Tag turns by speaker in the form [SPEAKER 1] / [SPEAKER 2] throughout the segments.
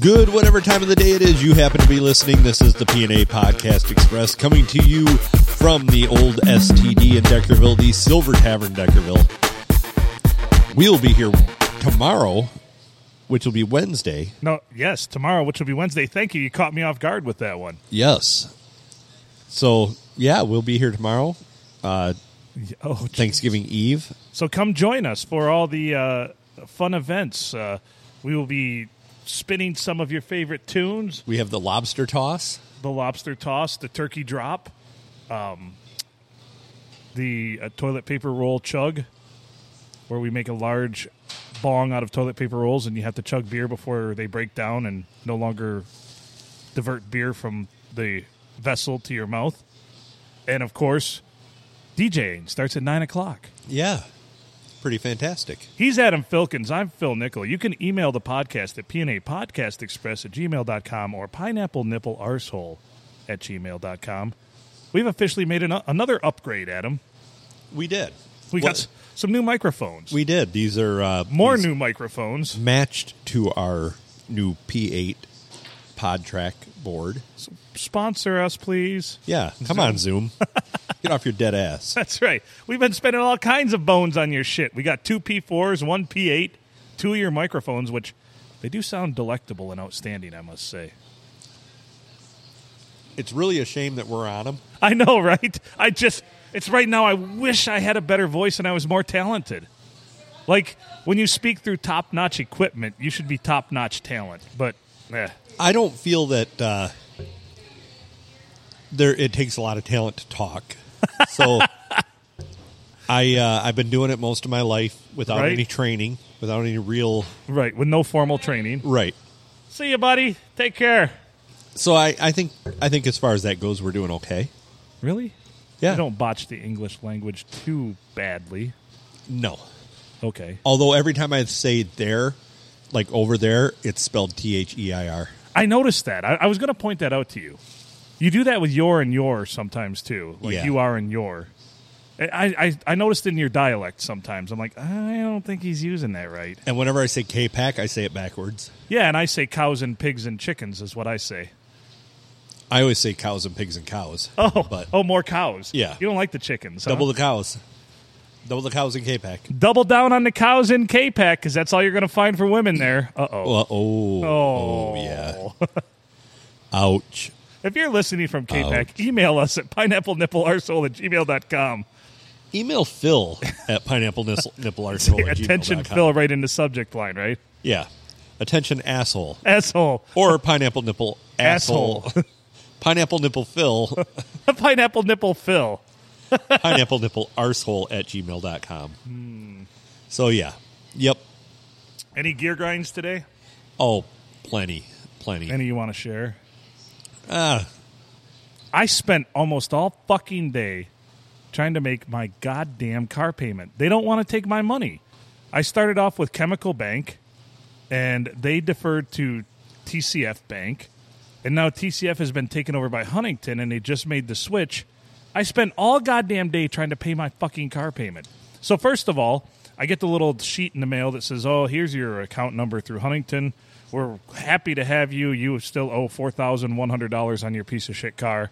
[SPEAKER 1] good, whatever time of the day it is you happen to be listening. This is the PNA Podcast Express coming to you from the old STD in Deckerville, the Silver Tavern, Deckerville. We'll be here tomorrow, which will be Wednesday.
[SPEAKER 2] No, yes, tomorrow, which will be Wednesday. Thank you. You caught me off guard with that one.
[SPEAKER 1] Yes. So, yeah, we'll be here tomorrow, uh,
[SPEAKER 2] Oh, gee.
[SPEAKER 1] Thanksgiving Eve.
[SPEAKER 2] so come join us for all the uh, fun events. Uh, we will be spinning some of your favorite tunes:
[SPEAKER 1] We have the lobster toss.
[SPEAKER 2] the lobster toss, the turkey drop, um, the uh, toilet paper roll chug, where we make a large bong out of toilet paper rolls, and you have to chug beer before they break down and no longer divert beer from the vessel to your mouth. And of course, DJing starts at nine o'clock.
[SPEAKER 1] Yeah. Pretty fantastic.
[SPEAKER 2] He's Adam Filkins. I'm Phil Nickel. You can email the podcast at pnapodcastexpress at gmail.com or pineapple nipple arsehole at gmail.com. We've officially made an, another upgrade, Adam.
[SPEAKER 1] We did.
[SPEAKER 2] We
[SPEAKER 1] Well,
[SPEAKER 2] got s- some new microphones.
[SPEAKER 1] We did. These are uh,
[SPEAKER 2] More
[SPEAKER 1] these
[SPEAKER 2] new microphones.
[SPEAKER 1] matched to our new P8 pod track board.
[SPEAKER 2] Sponsor us, please.
[SPEAKER 1] Yeah, come on, Zoom. Get off your dead ass.
[SPEAKER 2] That's right. We've been spending all kinds of bones on your shit. We got two P4s, one P8, two of your microphones, which they do sound delectable and outstanding, I must say.
[SPEAKER 1] It's really a shame that we're on them.
[SPEAKER 2] I know, right? I just, it's right now. I wish I had a better voice and I was more talented. Like, when you speak through top notch equipment, you should be top notch talent. But, eh.
[SPEAKER 1] I don't feel that uh, there. It takes a lot of talent to talk. So I uh, I've been doing it most of my life without
[SPEAKER 2] Right.
[SPEAKER 1] any training, without any real
[SPEAKER 2] right, with no formal training.
[SPEAKER 1] right.
[SPEAKER 2] See you, buddy. Take care.
[SPEAKER 1] So I, I think I think as far as that goes, we're doing okay.
[SPEAKER 2] Really?
[SPEAKER 1] Yeah.
[SPEAKER 2] You don't botch the English language too badly.
[SPEAKER 1] No.
[SPEAKER 2] Okay.
[SPEAKER 1] Although every time I say there, like over there, it's spelled T H E I R.
[SPEAKER 2] I noticed that. I, I was going to point that out to you. You do that with your and your sometimes too, like
[SPEAKER 1] Yeah.
[SPEAKER 2] you are and your. I, I I noticed in your dialect sometimes. I'm like, "Ah, I don't think he's using that right.
[SPEAKER 1] And whenever I say K pack, I say it backwards.
[SPEAKER 2] Yeah, and I say cows and pigs and chickens is what I say.
[SPEAKER 1] I always say cows and pigs and cows.
[SPEAKER 2] Oh,
[SPEAKER 1] but
[SPEAKER 2] oh, more cows.
[SPEAKER 1] Yeah.
[SPEAKER 2] you don't like the chickens. huh?
[SPEAKER 1] double the cows, double the cows in K pack.
[SPEAKER 2] double down on the cows in K-Pac because that's all you're going to find for women there. Uh oh.
[SPEAKER 1] Well, oh,
[SPEAKER 2] Oh.
[SPEAKER 1] yeah. Ouch.
[SPEAKER 2] if you're listening from K-Pac, email us at pineapple nipple arsehole at gmail.com.
[SPEAKER 1] Email Phil at pineapple nipple, nipple arsehole Oh, at
[SPEAKER 2] Attention,
[SPEAKER 1] gmail.com.
[SPEAKER 2] Phil, right in the subject line, right?
[SPEAKER 1] Yeah. Attention asshole
[SPEAKER 2] Asshole.
[SPEAKER 1] or pineapple nipple asshole.
[SPEAKER 2] Asshole.
[SPEAKER 1] pineapple nipple Phil.
[SPEAKER 2] pineapple nipple Phil.
[SPEAKER 1] pineapple nipple arsehole at gmail.com.
[SPEAKER 2] Hmm.
[SPEAKER 1] So yeah. Yep.
[SPEAKER 2] Any gear grinds today?
[SPEAKER 1] Oh, plenty, plenty.
[SPEAKER 2] Any you want to share?
[SPEAKER 1] Ah,
[SPEAKER 2] I spent almost all fucking day trying to make my goddamn car payment. They don't want to take my money. I started off with Chemical Bank and they deferred to TCF Bank. And now TCF has been taken over by Huntington and they just made the switch. I spent all goddamn day trying to pay my fucking car payment. So, first of all, I get the little sheet in the mail that says, Oh, here's your account number through Huntington. We're happy to have you. You still owe $4,100 on your piece of shit car.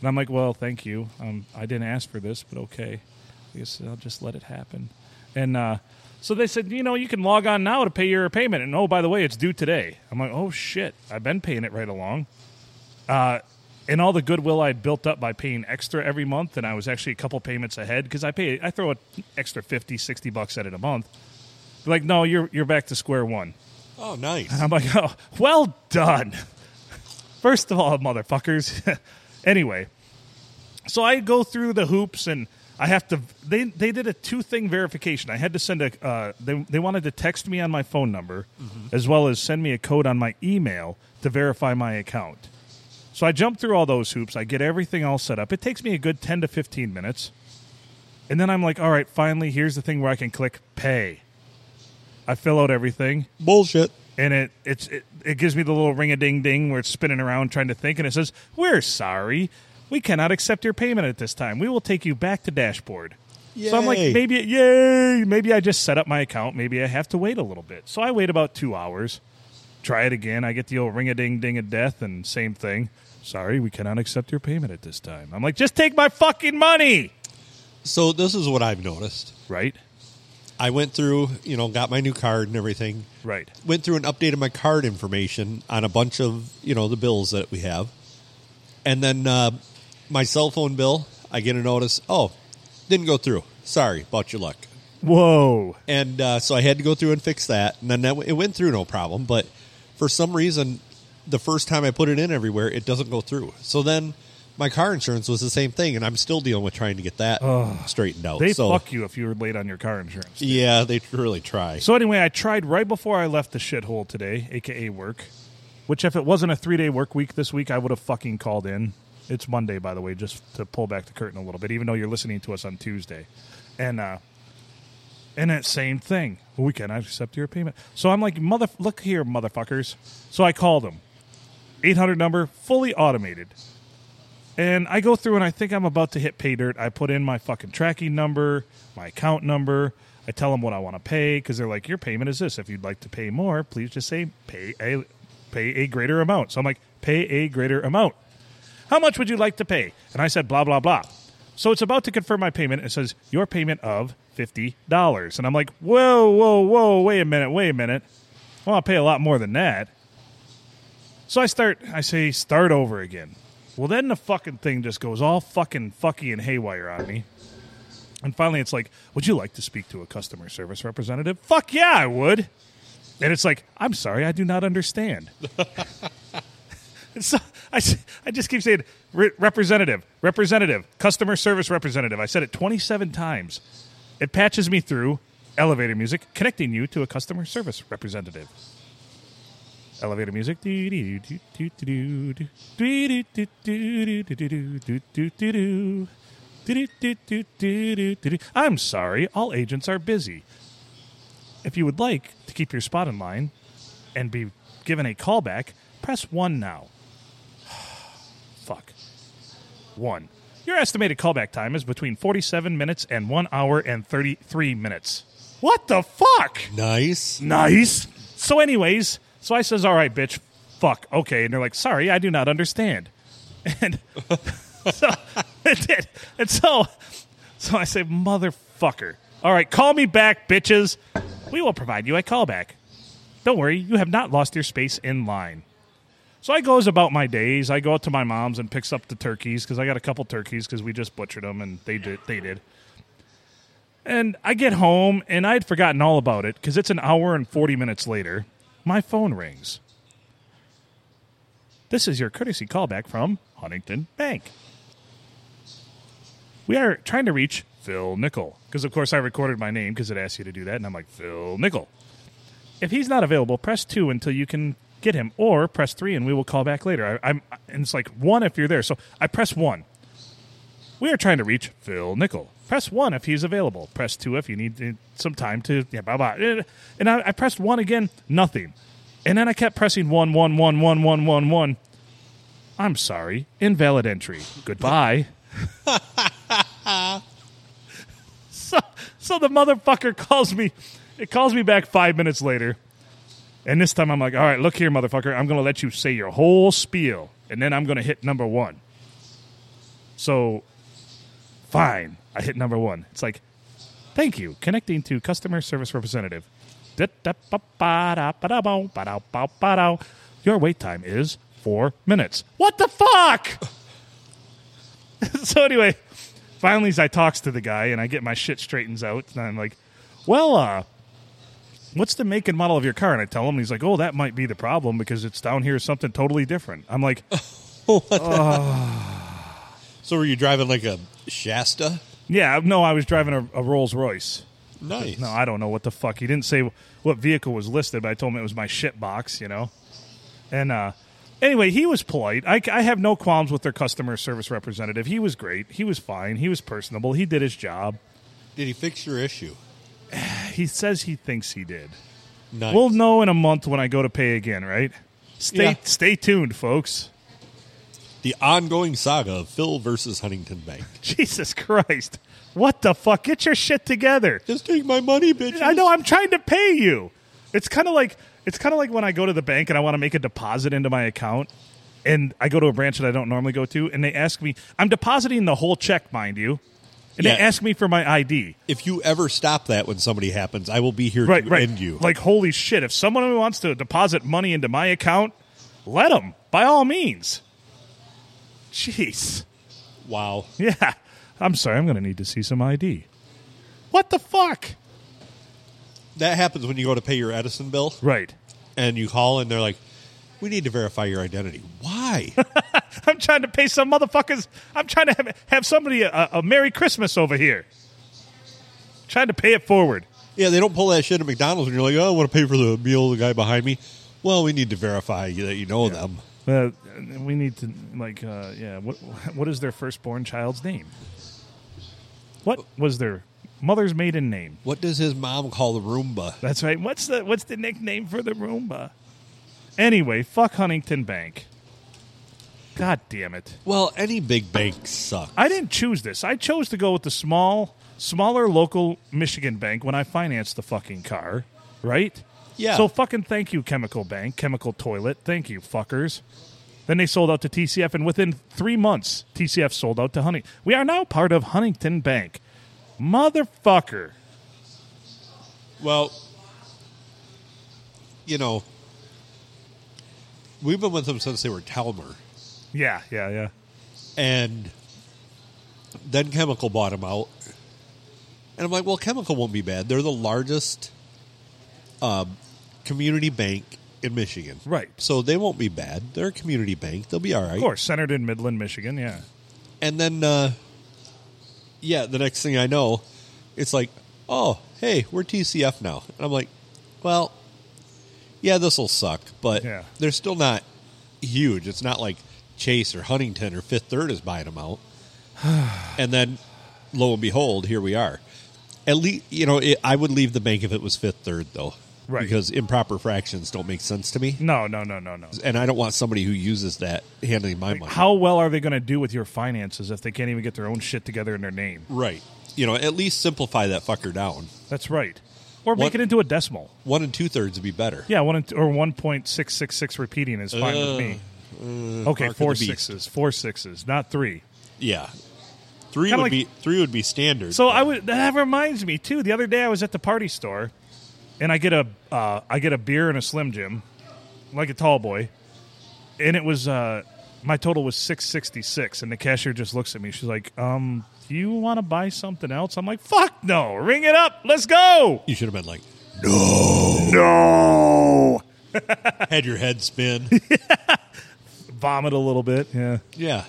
[SPEAKER 2] And I'm like, Well, thank you. Um, I didn't ask for this, but okay. I guess I'll just let it happen. And uh, so they said, you know, you can log on now to pay your payment. And oh, by the way, it's due today. I'm like, oh shit, I've been paying it right along. Uh, and all the goodwill I built up by paying extra every month, and I was actually a couple payments ahead because I pay, I throw an extra 50, 60 bucks at it a month. They're like, no, you're you're back to square one.
[SPEAKER 1] oh, nice.
[SPEAKER 2] I'm like, oh, well done. First of all, motherfuckers. anyway, so I go through the hoops and I have to. They they did a two thing verification. I had to send a. Uh, they they wanted to text me on my phone number, as well as send me a code on my email to verify my account. So I jump through all those hoops. I get everything all set up. It takes me a good ten to fifteen minutes, and then I'm like, all right, finally, here's the thing where I can click pay. I fill out everything
[SPEAKER 1] Bullshit.
[SPEAKER 2] and it it's it, it gives me the little ring a ding ding where it's spinning around trying to think and it says we're sorry we cannot accept your payment at this time we will take you back to dashboard so i'm like
[SPEAKER 1] Yay.
[SPEAKER 2] maybe yay maybe i just set up my account maybe i have to wait a little bit so i wait about two hours Try it again. I get the old ring a ding ding of death and same thing. Sorry, we cannot accept your payment at this time. I'm like, just take my fucking money.
[SPEAKER 1] So this is what I've noticed.
[SPEAKER 2] Right?
[SPEAKER 1] I went through, you know, got my new card and everything.
[SPEAKER 2] Right.
[SPEAKER 1] Went through and updated my card information on a bunch of, you know, the bills that we have. And then uh, my cell phone bill, I get a notice, oh, didn't go through. Sorry about your luck.
[SPEAKER 2] Whoa.
[SPEAKER 1] And uh, so I had to go through and fix that. And then that, it went through no problem. But for some reason, the first time I put it in everywhere, it doesn't go through. So then my car insurance was the same thing. And I'm still dealing with trying to get that straightened out.
[SPEAKER 2] They
[SPEAKER 1] so,
[SPEAKER 2] fuck you if you were late on your car insurance.
[SPEAKER 1] Yeah, they really try.
[SPEAKER 2] So anyway, I tried right before I left the shithole today, aka work. Which, if it wasn't a three day work week this week, I would have fucking called in. It's Monday, by the way, just to pull back the curtain a little bit, even though you're listening to us on Tuesday, and uh, and that same thing. We can accept your payment. So I'm like, mother, look here, motherfuckers. So I called them, eight hundred number, fully automated. And I go through and I think I'm about to hit pay dirt. I put in my fucking tracking number, my account number. I tell them what I want to pay because they're like, your payment is this. If you'd like to pay more, please just say pay a pay a greater amount. So I'm like, pay a greater amount. How much would you like to pay? And I said, blah blah blah. So it's about to confirm my payment. It says your payment of fifty dollars, and I'm like, whoa whoa whoa, wait a minute, wait a minute. Well, I'll pay a lot more than that. So I start, I say, start over again. Well, then the fucking thing just goes all fucking fucky and haywire on me. And finally, it's like, would you like to speak to a customer service representative? Fuck yeah, I would. And it's like, I'm sorry, I do not understand. And so I, s- I just keep saying "Re- representative, representative, customer service representative. I said it 27 times. It patches me through elevator music, connecting you to a customer service representative. Elevator music. I'm sorry, all agents are busy. If you would like to keep your spot in line and be given a callback, press 1 now. Fuck. 1. Your estimated callback time is between 47 minutes and 1 hour and 33 minutes. What the fuck?
[SPEAKER 1] Nice.
[SPEAKER 2] Nice. So, anyways, so I says, "All right, bitch, fuck, okay." And they're like, "Sorry, I do not understand." And so it did. And so, so I say, "Motherfucker! All right, call me back, bitches. We will provide you a callback. Don't worry, you have not lost your space in line." So I goes about my days. I go out to my mom's and picks up the turkeys because I got a couple turkeys because we just butchered them and they did. They did. And I get home and I'd forgotten all about it because it's an hour and 40 minutes later. My phone rings. This is your courtesy callback from Huntington Bank. We are trying to reach Phil Nickel because, of course, I recorded my name because it asks you to do that. And I'm like, Phil Nickel. If he's not available, press two until you can get him, or press three and we will call back later. I, I'm, and it's like one if you're there. So I press one. We are trying to reach Phil Nickel. Press one if he's available. Press two if you need uh, some time to yeah blah blah. Eh, And I, I pressed one again, nothing. And then I kept pressing one one one one one one one. I'm sorry, invalid entry. Goodbye. so, so the motherfucker calls me. It calls me back five minutes later. And this time I'm like, all right, look here, motherfucker. I'm going to let you say your whole spiel, and then I'm going to hit number one. So, fine. I hit number one. It's like, thank you. Connecting to customer service representative. Da-da-ba-ba-da-ba-da-bow-ba-dow-bow-ba-dow. Your wait time is four minutes. What the fuck? so anyway, finally, as I talks to the guy and I get my shit straightens out, and I'm like, well, uh, what's the make and model of your car? And I tell him, and he's like, oh, that might be the problem because it's down here something totally different. I'm like,
[SPEAKER 1] So were you driving like a Shasta?
[SPEAKER 2] yeah, no, I was driving a, a Rolls Royce.
[SPEAKER 1] Nice.
[SPEAKER 2] No, I don't know what the fuck. He didn't say what vehicle was listed, but I told him it was my shit box, you know? And uh, anyway, he was polite. I, I have no qualms with their customer service representative. He was great. He was fine. He was personable. He did his job.
[SPEAKER 1] Did he fix your issue?
[SPEAKER 2] He says he thinks he did.
[SPEAKER 1] Nice.
[SPEAKER 2] We'll know in a month when I go to pay again, right? Stay,
[SPEAKER 1] Yeah.
[SPEAKER 2] stay tuned, folks.
[SPEAKER 1] the ongoing saga of Phil versus Huntington Bank.
[SPEAKER 2] Jesus Christ. What the fuck? Get your shit together.
[SPEAKER 1] Just take my money, bitch.
[SPEAKER 2] I know I'm trying to pay you. It's kind of like it's kind of like when I go to the bank and I want to make a deposit into my account, and I go to a branch that I don't normally go to, and they ask me, I'm depositing the whole check, mind you, and
[SPEAKER 1] Yeah.
[SPEAKER 2] they ask me for my ID.
[SPEAKER 1] If you ever stop that when somebody happens, I will be here
[SPEAKER 2] Right,
[SPEAKER 1] to
[SPEAKER 2] right.
[SPEAKER 1] end you.
[SPEAKER 2] Like holy shit! If someone wants to deposit money into my account, let them by all means. Jeez,
[SPEAKER 1] wow.
[SPEAKER 2] yeah. I'm sorry. I'm going to need to see some ID. What the fuck?
[SPEAKER 1] That happens when you go to pay your Edison bill
[SPEAKER 2] Right.
[SPEAKER 1] and you call and they're like, we need to verify your identity. Why?
[SPEAKER 2] I'm trying to pay some motherfuckers. I'm trying to have, have somebody a, a Merry Christmas over here. Trying to pay it forward.
[SPEAKER 1] yeah, they don't pull that shit at McDonald's and you're like, oh, I want to pay for the meal, the guy behind me. Well, we need to verify that you know them.
[SPEAKER 2] Uh, we need to like, uh, yeah. What what is their firstborn child's name? What was their mother's maiden name?
[SPEAKER 1] What does his mom call the Roomba?
[SPEAKER 2] That's right. What's the what's the nickname for the Roomba? Anyway, fuck Huntington Bank. God damn it.
[SPEAKER 1] Well, any big bank sucks.
[SPEAKER 2] I didn't choose this. I chose to go with the small, smaller local Michigan bank when I financed the fucking car, right?
[SPEAKER 1] Yeah.
[SPEAKER 2] So fucking thank you, Chemical Bank, Chemical Toilet. Thank you, fuckers. Then they sold out to TCF, and within three months, TCF sold out to Huntington. We are now part of Huntington Bank. Motherfucker.
[SPEAKER 1] Well, you know, we've been with them since they were Talmer,
[SPEAKER 2] Yeah, yeah, yeah.
[SPEAKER 1] and then Chemical bought them out. And I'm like, well, Chemical won't be bad. They're the largest um, community bank in Michigan,
[SPEAKER 2] Right.
[SPEAKER 1] So they won't be bad. They're a community bank; they'll be all right.
[SPEAKER 2] Of course, centered in Midland, Michigan. Yeah.
[SPEAKER 1] And then, uh, yeah, the next thing I know, it's like, oh, hey, we're TCF now. And I'm like, well, yeah, this will suck, but
[SPEAKER 2] Yeah.
[SPEAKER 1] they're still not huge. It's not like Chase or Huntington or Fifth Third is buying them out. and then, lo and behold, here we are. At least, you know, it, I would leave the bank if it was Fifth Third, though.
[SPEAKER 2] Right.
[SPEAKER 1] Because improper fractions don't make sense to me.
[SPEAKER 2] No, no, no, no, no.
[SPEAKER 1] And I don't want somebody who uses that handling my money.
[SPEAKER 2] How well are they going to do with your finances if they can't even get their own shit together in their name?
[SPEAKER 1] Right. You know, at least simplify that fucker down.
[SPEAKER 2] That's right. Or
[SPEAKER 1] What-
[SPEAKER 2] make it into a decimal.
[SPEAKER 1] One and two thirds would be better.
[SPEAKER 2] Yeah, one and t- or one point six six six repeating is fine with me. okay,
[SPEAKER 1] mark of
[SPEAKER 2] four
[SPEAKER 1] the beast.
[SPEAKER 2] sixes, four sixes, not three.
[SPEAKER 1] Yeah. 3
[SPEAKER 2] Kinda
[SPEAKER 1] would be
[SPEAKER 2] like-
[SPEAKER 1] three would be standard.
[SPEAKER 2] So I would. That reminds me too. The other day I was at the party store, and I get a uh, I get a beer and a Slim Jim, like a tall boy, and it was uh, my total was six sixty six, and the cashier just looks at me. She's like, "Um, do you want to buy something else?" I'm like, "Fuck no! Ring it up, let's go."
[SPEAKER 1] you should have been like
[SPEAKER 2] No,
[SPEAKER 1] had your head spin.
[SPEAKER 2] vomit a little bit. Yeah.
[SPEAKER 1] yeah.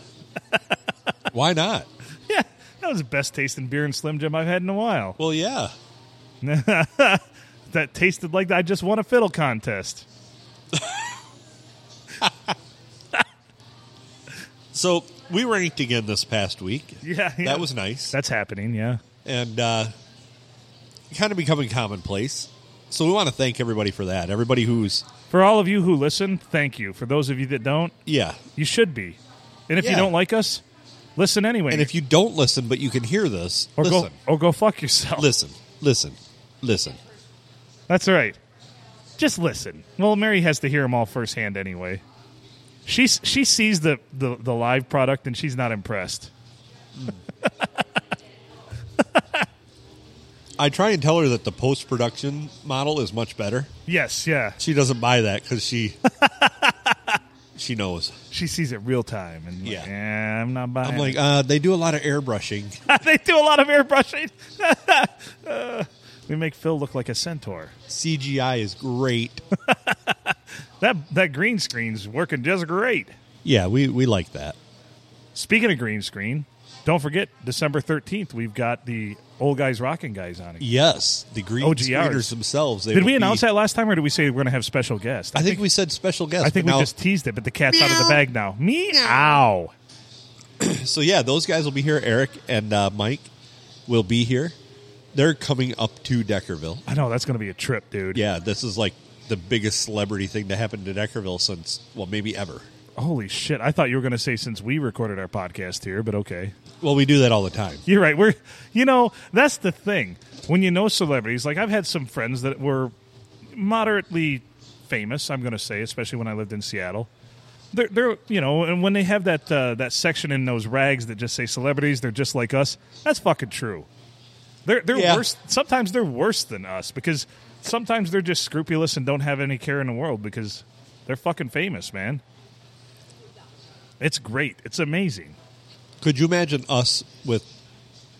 [SPEAKER 1] Why not?
[SPEAKER 2] Yeah, that was the best tasting beer and Slim Jim I've had in a while.
[SPEAKER 1] Well, yeah.
[SPEAKER 2] That tasted like I just won a fiddle contest.
[SPEAKER 1] So we ranked again this past week.
[SPEAKER 2] Yeah, yeah.
[SPEAKER 1] That was nice
[SPEAKER 2] that's happening. Yeah,
[SPEAKER 1] and uh, kind of becoming commonplace. So we want to thank everybody for that. Everybody who's
[SPEAKER 2] for all of you who listen, thank you. For those of you that don't,
[SPEAKER 1] yeah.
[SPEAKER 2] you should be. And if you
[SPEAKER 1] Yeah.
[SPEAKER 2] don't like us, listen anyway.
[SPEAKER 1] And if you don't listen but you can hear this,
[SPEAKER 2] or
[SPEAKER 1] listen.
[SPEAKER 2] go or go fuck yourself.
[SPEAKER 1] Listen. Listen. Listen.
[SPEAKER 2] That's right. Just listen. Well, Mary has to hear them all firsthand anyway. She she sees the, the, the live product and she's not impressed.
[SPEAKER 1] I try and tell her that the post production model is much better.
[SPEAKER 2] Yes, yeah.
[SPEAKER 1] She doesn't buy that because she she knows.
[SPEAKER 2] She sees it real time and like,
[SPEAKER 1] Yeah.
[SPEAKER 2] "Eh, I'm not buying.
[SPEAKER 1] I'm
[SPEAKER 2] it."
[SPEAKER 1] like, uh, they do a lot of airbrushing.
[SPEAKER 2] they do a lot of airbrushing. Uh, we make Phil look like a centaur.
[SPEAKER 1] CGI is great.
[SPEAKER 2] That that green screen's working just great.
[SPEAKER 1] yeah, we we like that.
[SPEAKER 2] Speaking of green screen, don't forget December thirteenth. We've got the old guys rocking guys on it.
[SPEAKER 1] Yes, the green
[SPEAKER 2] OGRs.
[SPEAKER 1] screeners themselves. They
[SPEAKER 2] Oh, Did
[SPEAKER 1] will
[SPEAKER 2] we
[SPEAKER 1] be-
[SPEAKER 2] announce that last time, or did we say we're going to have special guests?
[SPEAKER 1] I think we said special guest.
[SPEAKER 2] I think we
[SPEAKER 1] but now-
[SPEAKER 2] just teased it, but the cat's out of the bag now. Meow.
[SPEAKER 1] so. Yeah, those guys will be here. Eric and uh, Mike will be here. They're coming up to Deckerville.
[SPEAKER 2] I know that's going to be a trip, dude.
[SPEAKER 1] Yeah, this is like the biggest celebrity thing to happen to Deckerville since well, maybe ever.
[SPEAKER 2] Holy shit! I thought you were going to say since we recorded our podcast here, but okay.
[SPEAKER 1] Well, we do that all the time.
[SPEAKER 2] You're right. We're you know that's the thing when you know celebrities. Like I've had some friends that were moderately famous. I'm going to say, especially when I lived in Seattle. They're, they're, you know, and when they have that uh, that section in those rags that just say celebrities, they're just like us. That's fucking true. They're they're
[SPEAKER 1] Yeah.
[SPEAKER 2] worse. Sometimes they're worse than us because sometimes they're just scrupulous and don't have any care in the world because they're fucking famous, man. It's great. It's amazing.
[SPEAKER 1] Could you imagine us with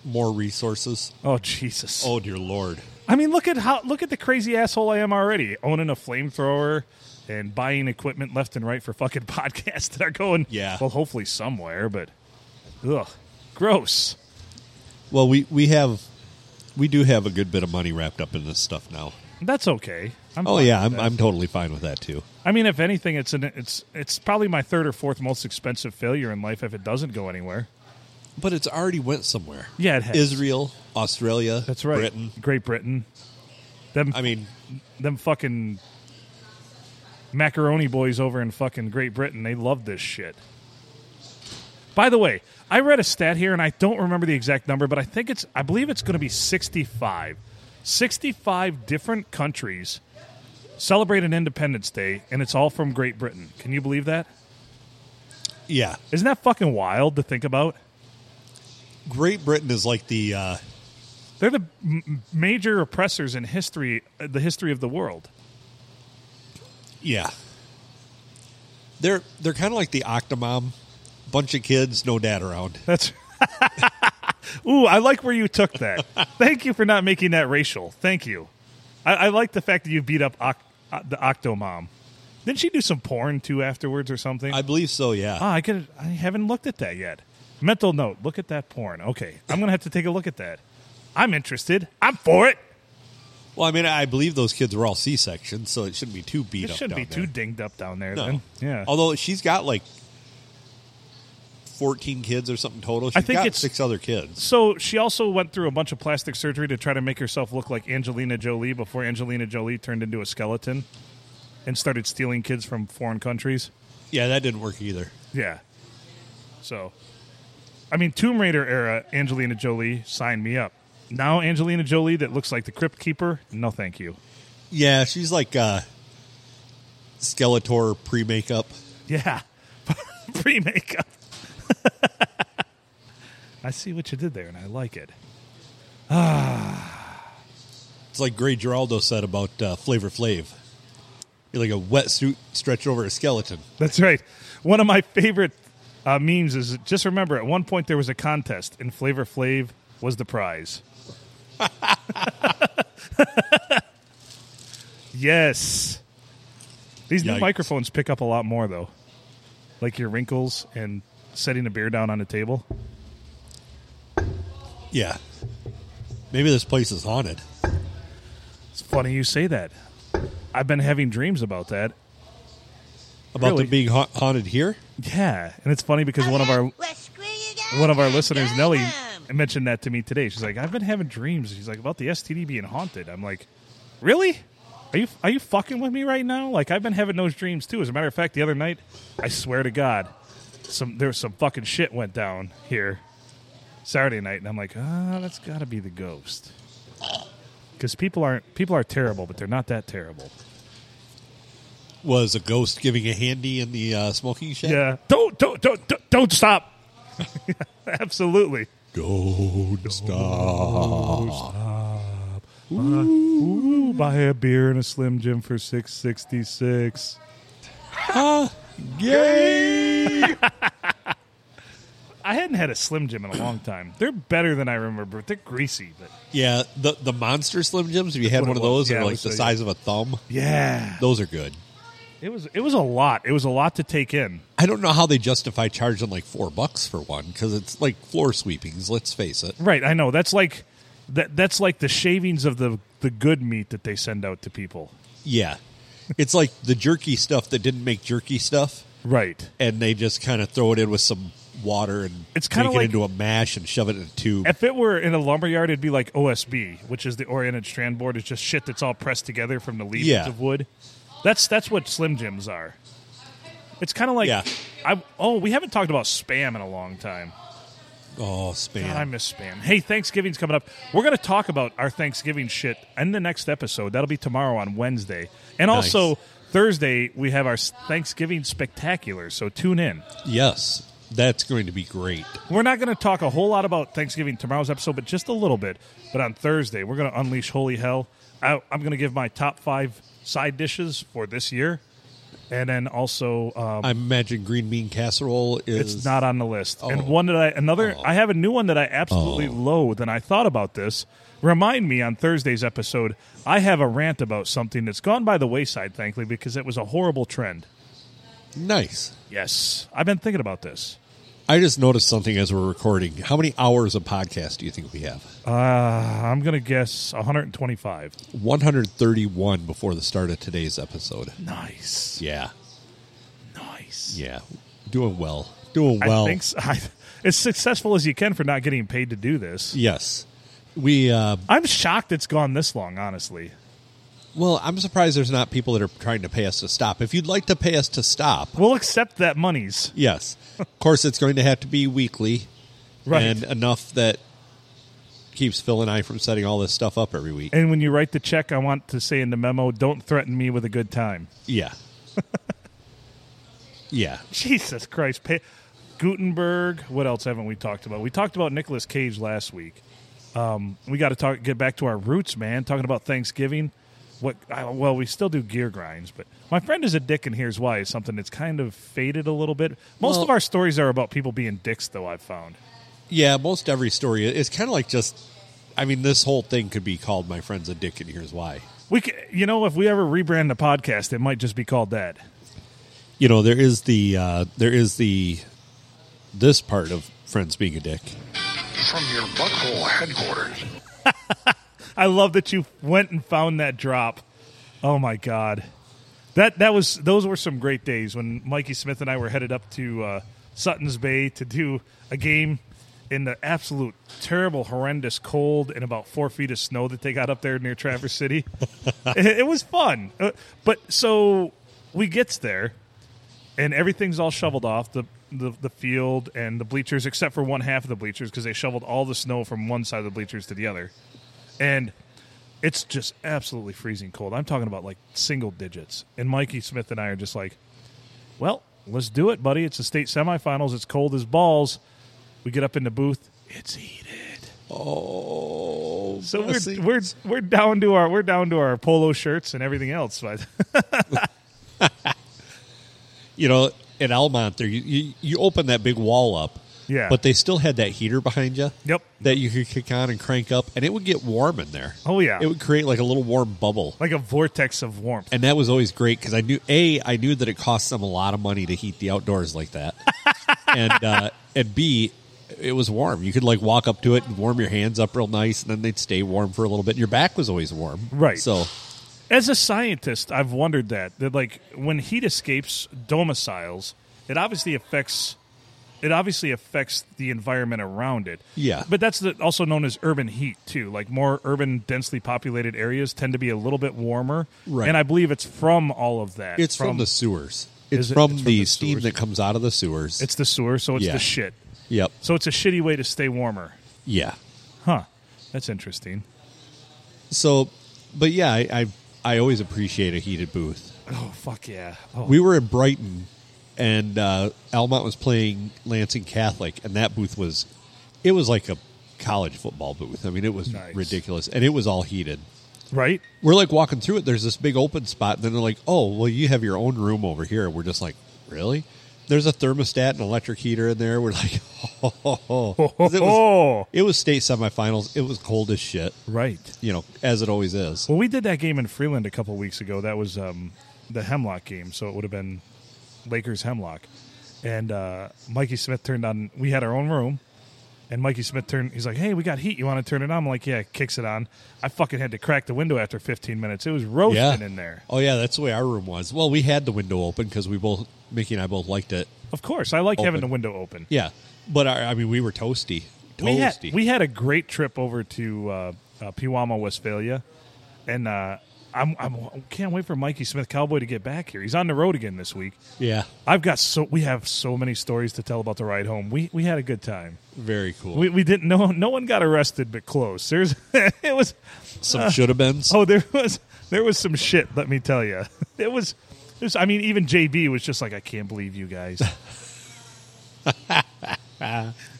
[SPEAKER 1] more resources?
[SPEAKER 2] Oh Jesus.
[SPEAKER 1] Oh dear lord.
[SPEAKER 2] I mean, look at how look at the crazy asshole I am already owning a flamethrower and buying equipment left and right for fucking podcasts that are going.
[SPEAKER 1] Yeah.
[SPEAKER 2] Well, hopefully somewhere, but ugh, gross.
[SPEAKER 1] Well, we we have we do have a good bit of money wrapped up in this stuff now.
[SPEAKER 2] That's okay. I'm
[SPEAKER 1] Oh
[SPEAKER 2] fine
[SPEAKER 1] yeah,
[SPEAKER 2] with
[SPEAKER 1] I'm
[SPEAKER 2] that.
[SPEAKER 1] I'm totally fine with that too.
[SPEAKER 2] I mean, if anything, it's an it's it's probably my third or fourth most expensive failure in life if it doesn't go anywhere.
[SPEAKER 1] But it's already went somewhere.
[SPEAKER 2] Yeah, it has.
[SPEAKER 1] Israel, Australia,
[SPEAKER 2] That's right.
[SPEAKER 1] Britain.
[SPEAKER 2] Great Britain. Them
[SPEAKER 1] I mean,
[SPEAKER 2] them fucking macaroni boys over in fucking Great Britain. They love this shit. By the way, I read a stat here and I don't remember the exact number, but I think it's I believe it's going to be 65. 65 different countries celebrate an Independence Day and it's all from Great Britain. Can you believe that?
[SPEAKER 1] yeah,
[SPEAKER 2] Isn't that fucking wild to think about?
[SPEAKER 1] Great Britain is like the uh,
[SPEAKER 2] They're the m- m- major oppressors in history, uh, the history of the world.
[SPEAKER 1] yeah. They're they're kind of like the Octomom, bunch of kids, no dad around.
[SPEAKER 2] That's. Ooh, I like where you took that. Thank you for not making that racial. Thank you. I, I like the fact that you beat up Oc- uh, the Octo Mom. Didn't she do some porn too afterwards or something?
[SPEAKER 1] I believe so. Yeah.
[SPEAKER 2] Ah, I could. I haven't looked at that yet. Mental note: Look at that porn. Okay, I'm gonna have to take a look at that. I'm interested. I'm for it.
[SPEAKER 1] Well, I mean, I believe those kids were all C sections, so it shouldn't be too beat
[SPEAKER 2] It
[SPEAKER 1] up.
[SPEAKER 2] shouldn't be
[SPEAKER 1] down
[SPEAKER 2] too
[SPEAKER 1] there.
[SPEAKER 2] dinged up down there.
[SPEAKER 1] No.
[SPEAKER 2] Then, yeah.
[SPEAKER 1] Although she's got like fourteen kids or something total. She's
[SPEAKER 2] I think
[SPEAKER 1] got
[SPEAKER 2] it's-
[SPEAKER 1] six other kids.
[SPEAKER 2] So she also went through a bunch of plastic surgery to try to make herself look like Angelina Jolie before Angelina Jolie turned into a skeleton and started stealing kids from foreign countries.
[SPEAKER 1] Yeah, that didn't work either.
[SPEAKER 2] Yeah. So, I mean, Tomb Raider era Angelina Jolie, sign me up. Now Angelina Jolie that looks like the Crypt Keeper, no thank you.
[SPEAKER 1] Yeah, she's like uh, Skeletor pre makeup.
[SPEAKER 2] Yeah. Pre makeup. I see what you did there and I like it.
[SPEAKER 1] It's like Gray Giraldo said about uh, Flavor Flav. You're like a wetsuit stretched over a skeleton.
[SPEAKER 2] That's right. One of my favorite uh, memes is just remember at one point there was a contest and Flavor Flav was the prize. yes. These new
[SPEAKER 1] Yikes.
[SPEAKER 2] microphones pick up a lot more though. Like your wrinkles and setting a beer down on the table.
[SPEAKER 1] Yeah. Maybe this place is haunted.
[SPEAKER 2] It's funny you say that. I've been having dreams about that.
[SPEAKER 1] About
[SPEAKER 2] Really?
[SPEAKER 1] them being ha- haunted here?
[SPEAKER 2] Yeah, and it's funny because one of our one of our listeners, Nellie, mentioned that to me today. She's like, "I've been having dreams." She's like, "About the STD being haunted." I'm like, "Really? Are you are you fucking with me right now? Like, I've been having those dreams too. As a matter of fact, the other night, I swear to God, some there was some fucking shit went down here Saturday night, and I'm like, ah, that's got to be the ghost." Because people aren't people are terrible, but they're not that terrible.
[SPEAKER 1] Was a ghost giving a handy in the uh, smoking shed?
[SPEAKER 2] Yeah, don't don't don't don't, don't stop. Absolutely.
[SPEAKER 1] Don't stop.
[SPEAKER 2] Ooh, buy a beer and a Slim Jim for six sixty six.
[SPEAKER 1] Yay!
[SPEAKER 2] I hadn't had a Slim Jim in a long time. They're better than I remember. They're greasy, but
[SPEAKER 1] yeah, the the monster Slim Jims. If you had
[SPEAKER 2] what
[SPEAKER 1] one of
[SPEAKER 2] it was.
[SPEAKER 1] those,
[SPEAKER 2] Yeah,
[SPEAKER 1] they're
[SPEAKER 2] it
[SPEAKER 1] like
[SPEAKER 2] was
[SPEAKER 1] the
[SPEAKER 2] a-
[SPEAKER 1] size of a thumb.
[SPEAKER 2] yeah,
[SPEAKER 1] Those are good.
[SPEAKER 2] it was it was a lot. It was a lot to take in.
[SPEAKER 1] I don't know how they justify charging like four bucks for one because it's like floor sweepings. Let's face it.
[SPEAKER 2] Right, I know. That's like that. That's like the shavings of the the good meat that they send out to people.
[SPEAKER 1] Yeah, it's like the jerky stuff that didn't make jerky stuff,
[SPEAKER 2] Right.
[SPEAKER 1] and they just kind of throw it in with some water and
[SPEAKER 2] It's
[SPEAKER 1] make
[SPEAKER 2] kinda
[SPEAKER 1] it
[SPEAKER 2] like-
[SPEAKER 1] into a mash and shove it in a tube.
[SPEAKER 2] If it were in a lumberyard, it'd be like OSB, which is the oriented strand board. It's just shit that's all pressed together from the leaves
[SPEAKER 1] Yeah.
[SPEAKER 2] of wood. That's that's what Slim Jims are. It's kind of like,
[SPEAKER 1] Yeah.
[SPEAKER 2] I oh, we haven't talked about spam in a long time.
[SPEAKER 1] Oh, spam.
[SPEAKER 2] God, I miss spam. Hey, Thanksgiving's coming up. We're going to talk about our Thanksgiving shit in the next episode. That'll be tomorrow on Wednesday. And
[SPEAKER 1] Nice.
[SPEAKER 2] also Thursday, we have our Thanksgiving spectacular. So tune in.
[SPEAKER 1] yes, that's going to be great.
[SPEAKER 2] We're not going to talk a whole lot about Thanksgiving tomorrow's episode, but just a little bit. But on Thursday, we're going to unleash holy hell. I, I'm going to give my top five side dishes for this year. And then also, um,
[SPEAKER 1] I imagine green bean casserole is
[SPEAKER 2] It's not on the list. And
[SPEAKER 1] Oh.
[SPEAKER 2] one that I another I have a new one that I absolutely loathe and I thought about this. Remind me on Thursday's episode, I have a rant about something that's gone by the wayside, thankfully, because it was a horrible trend.
[SPEAKER 1] nice.
[SPEAKER 2] Yes. I've been thinking about this.
[SPEAKER 1] I just noticed something as we're recording. How many hours of podcast do you think we have?
[SPEAKER 2] Uh, I'm gonna guess 125.
[SPEAKER 1] 131 before the start of today's episode.
[SPEAKER 2] Nice.
[SPEAKER 1] Yeah,
[SPEAKER 2] Nice.
[SPEAKER 1] yeah, doing well, doing
[SPEAKER 2] I
[SPEAKER 1] well.
[SPEAKER 2] think so. I, as successful as you can for not getting paid to do this.
[SPEAKER 1] Yes, we. Uh,
[SPEAKER 2] I'm shocked it's gone this long, honestly.
[SPEAKER 1] well, I'm surprised there's not people that are trying to pay us to stop. If you'd like to pay us to stop,
[SPEAKER 2] We'll accept that monies.
[SPEAKER 1] yes, of course it's going to have to be weekly,
[SPEAKER 2] Right.
[SPEAKER 1] And enough that keeps Phil and I from setting all this stuff up every week.
[SPEAKER 2] And when you write the check, I want to say in the memo, don't threaten me with a good time.
[SPEAKER 1] Yeah, yeah.
[SPEAKER 2] Jesus Christ. Pa- Gutenberg. What else haven't we talked about? We talked about Nicolas Cage last week. Um, we got to talk, get back to our roots, man. Talking about Thanksgiving. What? I, well, we still do gear grinds, but my friend is a dick, and here's why. Is something that's kind of faded a little bit. Most
[SPEAKER 1] Well-
[SPEAKER 2] of our stories are about people being dicks, though. I've found.
[SPEAKER 1] Yeah, most every story it's kind of like just. I mean, this whole thing could be called "My Friend's a Dick," and here's why.
[SPEAKER 2] We, c- you know, if we ever rebrand the podcast, it might just be called that.
[SPEAKER 1] You know, there is the uh, there is the this part of friends being a dick.
[SPEAKER 3] from your butthole headquarters.
[SPEAKER 2] I love that you went and found that drop. Oh my god, that that was those were some great days when Mikey Smith and I were headed up to uh, Sutton's Bay to do a game in the absolute terrible, horrendous cold and about four feet of snow that they got up there near Traverse City. it, it was fun, Uh, but so we gets there and everything's all shoveled off the, the the field and the bleachers except for one half of the bleachers because they shoveled all the snow from one side of the bleachers to the other and it's just absolutely freezing cold. I'm talking about like single digits. And Mikey Smith and I are just like, well, let's do it, buddy. It's the state semifinals. It's cold as balls. We get up in the booth. It's heated.
[SPEAKER 1] Oh,
[SPEAKER 2] So we're, we're we're down to our we're down to our polo shirts and everything else. But
[SPEAKER 1] you know at Almont there you, you you open that big wall up,
[SPEAKER 2] Yeah.
[SPEAKER 1] but they still had that heater behind you.
[SPEAKER 2] Yep.
[SPEAKER 1] that you could kick on and crank up, and it would get warm in there.
[SPEAKER 2] Oh, yeah.
[SPEAKER 1] it would create like a little warm bubble.
[SPEAKER 2] like a vortex of warmth.
[SPEAKER 1] And that was always great because I knew a I knew that it costs them a lot of money to heat the outdoors like that, and uh, and b it was warm. You could like walk up to it and warm your hands up real nice, and then they'd stay warm for a little bit. And your back was always warm,
[SPEAKER 2] Right.
[SPEAKER 1] So
[SPEAKER 2] As a scientist, I've wondered that that like when heat escapes domiciles, it obviously affects it obviously affects the environment around it.
[SPEAKER 1] Yeah.
[SPEAKER 2] But that's the, also known as urban heat too. Like more urban densely populated areas tend to be a little bit warmer.
[SPEAKER 1] Right.
[SPEAKER 2] And I believe it's from all of that.
[SPEAKER 1] it's from, the sewers. It's
[SPEAKER 2] Is it-
[SPEAKER 1] from
[SPEAKER 2] it's from
[SPEAKER 1] the
[SPEAKER 2] the
[SPEAKER 1] steam
[SPEAKER 2] sewers.
[SPEAKER 1] that comes out of the sewers.
[SPEAKER 2] it's the sewer, so it's
[SPEAKER 1] Yeah.
[SPEAKER 2] the shit.
[SPEAKER 1] yep,
[SPEAKER 2] So it's a shitty way to stay warmer.
[SPEAKER 1] yeah.
[SPEAKER 2] Huh. That's interesting.
[SPEAKER 1] So, but yeah, I I, I always appreciate a heated booth.
[SPEAKER 2] Oh fuck yeah. Oh.
[SPEAKER 1] We were in Brighton, and uh, Almont was playing Lansing Catholic, and that booth was, it was like a college football booth. I mean, it was
[SPEAKER 2] Nice.
[SPEAKER 1] ridiculous, and it was all heated.
[SPEAKER 2] right?
[SPEAKER 1] We're like walking through it. There's this big open spot, and then they're like, "Oh, well, you have your own room over here." We're just like, "Really?" There's a thermostat and electric heater in there. We're like, "Oh, ho, ho, ho." 'Cause it was
[SPEAKER 2] Oh.
[SPEAKER 1] it was state semifinals. It was cold as shit,
[SPEAKER 2] Right.
[SPEAKER 1] you know, as it always is."
[SPEAKER 2] Well, we did that game in Freeland a couple weeks ago. That was um, the Hemlock game, so it would have been Lakers Hemlock. And uh, Mikey Smith turned on. We had our own room, and Mikey Smith turned. He's like, "Hey, we got heat. You want to turn it on?" I'm like, "Yeah." Kicks it on. I fucking had to crack the window after 15 minutes. It was roasting in there.
[SPEAKER 1] Oh yeah, that's the way our room was. Well, we had the window open because we both Mickey and I both liked it.
[SPEAKER 2] Of course, I like having
[SPEAKER 1] Open.
[SPEAKER 2] the window open.
[SPEAKER 1] Yeah, but our, I mean, we were toasty, toasty.
[SPEAKER 2] we had, we had a great trip over to uh, uh, Piwama, Westphalia, and uh, I'm, I'm can't wait for Mikey Smith Cowboy to get back here. He's on the road again this week.
[SPEAKER 1] Yeah,
[SPEAKER 2] I've got so we have so many stories to tell about the ride home. We we had a good time.
[SPEAKER 1] very cool.
[SPEAKER 2] We, we didn't no no one got arrested but close. There's it was
[SPEAKER 1] Some should have been.
[SPEAKER 2] oh there was there was some shit. Let me tell you, it was. it was- I mean, even JB was just like, I can't believe you guys.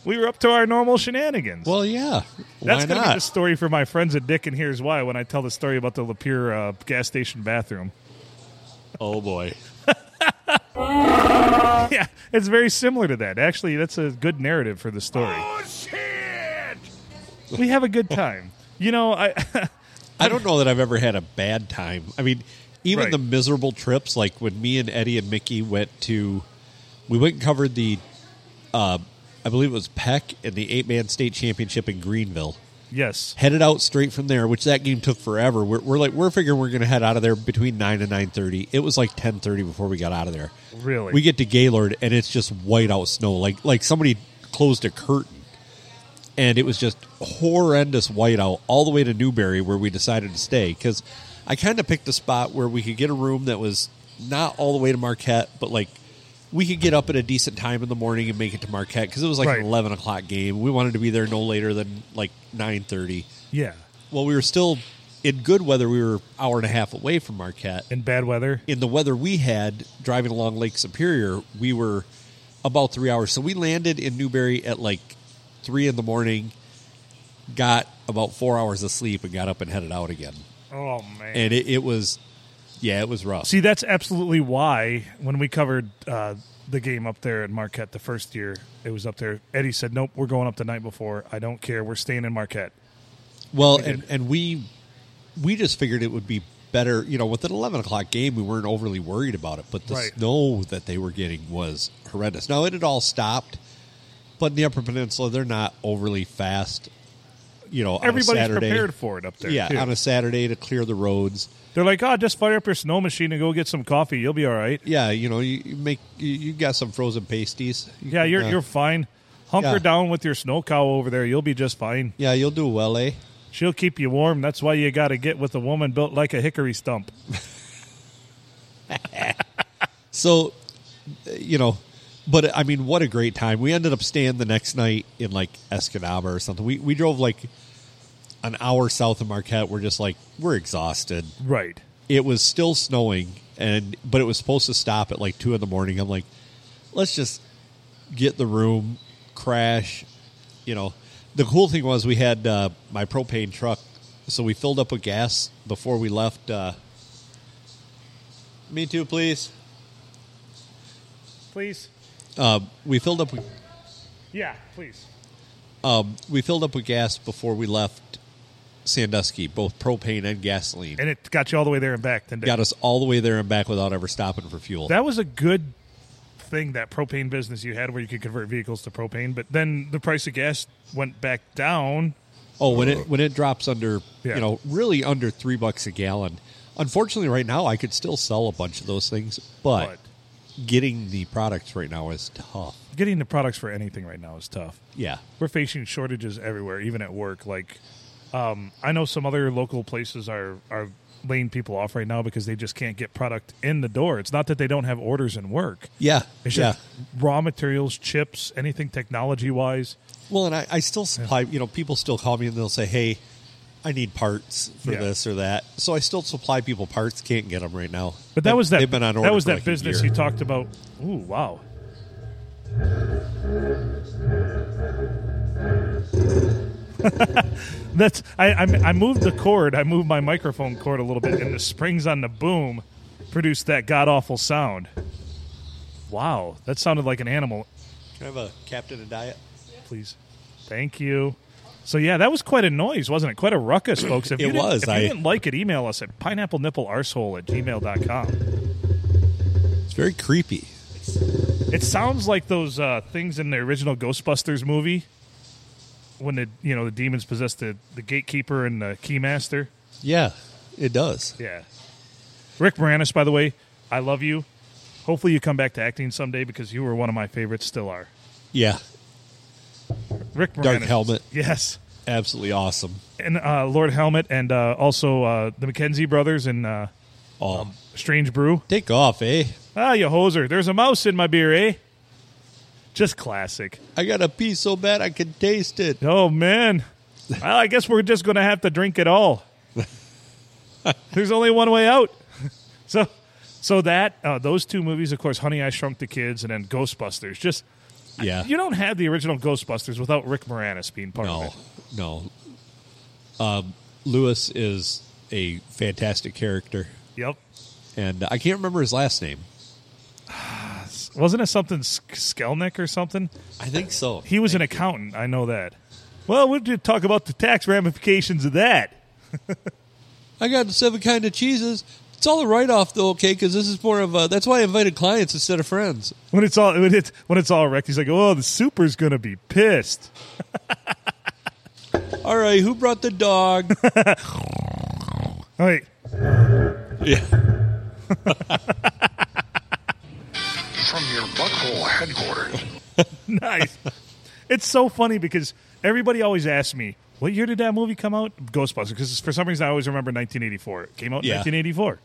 [SPEAKER 2] we were up to our normal shenanigans.
[SPEAKER 1] Well, yeah.
[SPEAKER 2] That's
[SPEAKER 1] Why
[SPEAKER 2] gonna be the
[SPEAKER 1] not?
[SPEAKER 2] story for my friends at Dick, and here's why. When I tell the story about the Lapeer uh, gas station bathroom,
[SPEAKER 1] Oh boy.
[SPEAKER 2] yeah, it's very similar to that. Actually, that's a good narrative for the story. We have a good time. You know, I
[SPEAKER 1] I don't know that I've ever had a bad time. I mean, even
[SPEAKER 2] Right.
[SPEAKER 1] the miserable trips, like when me and Eddie and Mickey went to, we went and covered the, uh, I believe it was Peck and the eight man state championship in Greenville.
[SPEAKER 2] yes,
[SPEAKER 1] Headed out straight from there, which that game took forever. We're, we're like we're figuring we're going to head out of there between nine and nine thirty. It was like ten thirty before we got out of there.
[SPEAKER 2] Really?
[SPEAKER 1] we get to Gaylord and it's just white out snow, like like somebody closed a curtain and it was just horrendous whiteout all the way to Newberry where we decided to stay because I kind of picked a spot where we could get a room that was not all the way to Marquette, but like we could get up at a decent time in the morning and make it to Marquette because it was like
[SPEAKER 2] Right.
[SPEAKER 1] an eleven o'clock game. We wanted to be there no later than like nine thirty.
[SPEAKER 2] yeah,
[SPEAKER 1] Well, we were still in good weather. We were hour and a half away from Marquette
[SPEAKER 2] in bad weather.
[SPEAKER 1] in the weather we had driving along Lake Superior, we were about three hours. So we landed in Newberry at like three in the morning, got about four hours of sleep, and got up and headed out again.
[SPEAKER 2] Oh man.
[SPEAKER 1] And it, it was, yeah, it was rough.
[SPEAKER 2] See, that's absolutely why when we covered uh, the game up there at Marquette the first year, it was up there. Eddie said, "Nope, we're going up the night before. I don't care. We're staying in Marquette."
[SPEAKER 1] well, and, and we we just figured it would be better, you know, with an eleven o'clock game, we weren't overly worried about it. But the
[SPEAKER 2] Right.
[SPEAKER 1] snow that they were getting was horrendous. Now it had all stopped, but in the Upper Peninsula, they're not overly fast. You know, on a
[SPEAKER 2] Everybody's
[SPEAKER 1] Saturday.
[SPEAKER 2] prepared for it up there.
[SPEAKER 1] yeah,
[SPEAKER 2] too.
[SPEAKER 1] on a Saturday to clear the roads.
[SPEAKER 2] they're like, "Oh, just fire up your snow machine and go get some coffee. You'll be all right."
[SPEAKER 1] Yeah, you know, you you make you, you got some frozen pasties. You
[SPEAKER 2] Yeah,
[SPEAKER 1] can,
[SPEAKER 2] you're
[SPEAKER 1] uh,
[SPEAKER 2] you're fine. Hunker
[SPEAKER 1] Yeah.
[SPEAKER 2] down with your snow cow over there. You'll be just fine.
[SPEAKER 1] yeah, you'll do well, eh?
[SPEAKER 2] She'll keep you warm. That's why you got to get with a woman built like a hickory stump.
[SPEAKER 1] So, uh, you know, but I mean, what a great time! We ended up staying the next night in like Escanaba or something. We we drove like an hour south of Marquette. We're just like we're exhausted.
[SPEAKER 2] Right.
[SPEAKER 1] It was still snowing, and but it was supposed to stop at like two in the morning. I'm like, let's just get the room, crash. You know, the cool thing was we had uh, my propane truck, so we filled up with gas before we left. Uh, me too, please.
[SPEAKER 2] Please.
[SPEAKER 1] Uh, we filled up. With,
[SPEAKER 2] Yeah, please.
[SPEAKER 1] um, we filled up with gas before we left Sandusky, both propane and gasoline.
[SPEAKER 2] And it got you all the way there and back. Then
[SPEAKER 1] Got us all the way there and back without ever stopping for fuel.
[SPEAKER 2] that was a good thing that propane business you had where you could convert vehicles to propane. But then the price of gas went back down.
[SPEAKER 1] Oh, when it when it drops under,
[SPEAKER 2] Yeah.
[SPEAKER 1] you know, really under three bucks a gallon. Unfortunately, right now I could still sell a bunch of those things, but, getting the products right now is tough.
[SPEAKER 2] But getting the products for anything right now is tough.
[SPEAKER 1] Yeah,
[SPEAKER 2] we're facing shortages everywhere, even at work. Like, um, I know some other local places are are laying people off right now because they just can't get product in the door. It's not that they don't have orders in work.
[SPEAKER 1] yeah,
[SPEAKER 2] It's
[SPEAKER 1] yeah.
[SPEAKER 2] just raw materials, chips, anything technology wise.
[SPEAKER 1] Well, and I, I still supply. You know, people still call me and they'll say, "Hey, I need parts for
[SPEAKER 2] Yeah.
[SPEAKER 1] this or that." So I still supply people parts. Can't get them right now.
[SPEAKER 2] But that was that.
[SPEAKER 1] They've been on order
[SPEAKER 2] that was
[SPEAKER 1] for
[SPEAKER 2] that
[SPEAKER 1] like a
[SPEAKER 2] business
[SPEAKER 1] year.
[SPEAKER 2] you talked about. Ooh, wow. That's I, I I moved the cord. I moved my microphone cord a little bit, and the springs on the boom produced that god awful sound. Wow, that sounded like an animal.
[SPEAKER 1] Can I have a captain and diet?
[SPEAKER 2] Please, thank you. So yeah, that was quite a noise, wasn't it? Quite a ruckus, folks. If
[SPEAKER 1] It
[SPEAKER 2] you didn't-
[SPEAKER 1] was.
[SPEAKER 2] If you
[SPEAKER 1] I-
[SPEAKER 2] didn't like it, email us at pineapple nipple arsehole at gmail.com.
[SPEAKER 1] It's very creepy.
[SPEAKER 2] It sounds like those uh, things in the original Ghostbusters movie when the you know the demons possess the, the gatekeeper and the keymaster.
[SPEAKER 1] Yeah, it does.
[SPEAKER 2] Yeah. Rick Moranis, by the way, I love you. Hopefully you come back to acting someday because you were one of my favorites, still are.
[SPEAKER 1] Yeah,
[SPEAKER 2] Rick Moranis.
[SPEAKER 1] Dark helmet.
[SPEAKER 2] Yes.
[SPEAKER 1] absolutely awesome.
[SPEAKER 2] and uh, Lord Helmet, and uh, also uh, the McKenzie brothers and uh,
[SPEAKER 1] Oh,
[SPEAKER 2] Strange Brew.
[SPEAKER 1] take off, eh?
[SPEAKER 2] Ah, you hoser! There's a mouse in my beer, eh? Just classic.
[SPEAKER 1] I got a pee so bad I can taste it.
[SPEAKER 2] Oh man. Well, I guess we're just going to have to drink it all. There's only one way out. So, so that uh, those two movies, of course, Honey I Shrunk the Kids, and then Ghostbusters. Just
[SPEAKER 1] Yeah.
[SPEAKER 2] you don't have the original Ghostbusters without Rick Moranis being part of
[SPEAKER 1] No,
[SPEAKER 2] it.
[SPEAKER 1] no. Um, Lewis is a fantastic character,
[SPEAKER 2] Yep.
[SPEAKER 1] and I can't remember his last name.
[SPEAKER 2] Wasn't it something Sk- Skelnick or something?
[SPEAKER 1] I think so.
[SPEAKER 2] He was an accountant. I know that. Well, we'll just talk about the tax ramifications of that.
[SPEAKER 1] I got seven kind of cheeses. It's all a write off though, okay? Because this is more of a. That's why I invited clients instead of friends.
[SPEAKER 2] When it's all when it's when it's all wrecked, he's like, "Oh, the super's gonna be pissed."
[SPEAKER 1] All right, who brought the dog?
[SPEAKER 2] All right.
[SPEAKER 1] yeah,
[SPEAKER 3] From your butthole headquarters.
[SPEAKER 2] nice. It's so funny because everybody always asks me, what year did that movie come out? Ghostbusters. Because for some reason, I always remember 1984. It came out in
[SPEAKER 1] Yeah.
[SPEAKER 2] 1984.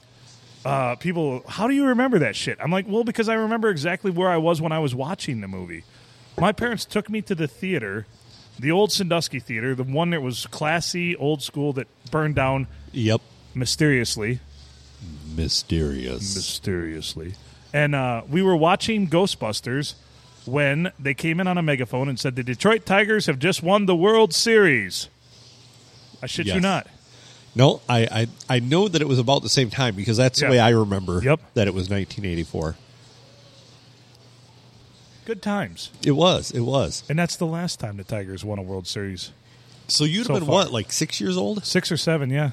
[SPEAKER 2] Uh, people, how do you remember that shit? I'm like, well, because I remember exactly where I was when I was watching the movie. My parents took me to the theater, the old Sandusky Theater, the one that was classy, old school, that burned down
[SPEAKER 1] yep.
[SPEAKER 2] mysteriously
[SPEAKER 1] Mysterious.
[SPEAKER 2] mysteriously. And uh, we were watching Ghostbusters when they came in on a megaphone and said the Detroit Tigers have just won the World Series. I shit you
[SPEAKER 1] Yes.
[SPEAKER 2] not.
[SPEAKER 1] no, I, I I know that it was about the same time because that's
[SPEAKER 2] Yeah.
[SPEAKER 1] the way I remember.
[SPEAKER 2] Yep.
[SPEAKER 1] that it was 1984.
[SPEAKER 2] Good times.
[SPEAKER 1] It was. It was.
[SPEAKER 2] And that's the last time the Tigers won a World Series.
[SPEAKER 1] So you'd
[SPEAKER 2] So
[SPEAKER 1] have been
[SPEAKER 2] far.
[SPEAKER 1] what, like six years old?
[SPEAKER 2] Six or seven, yeah.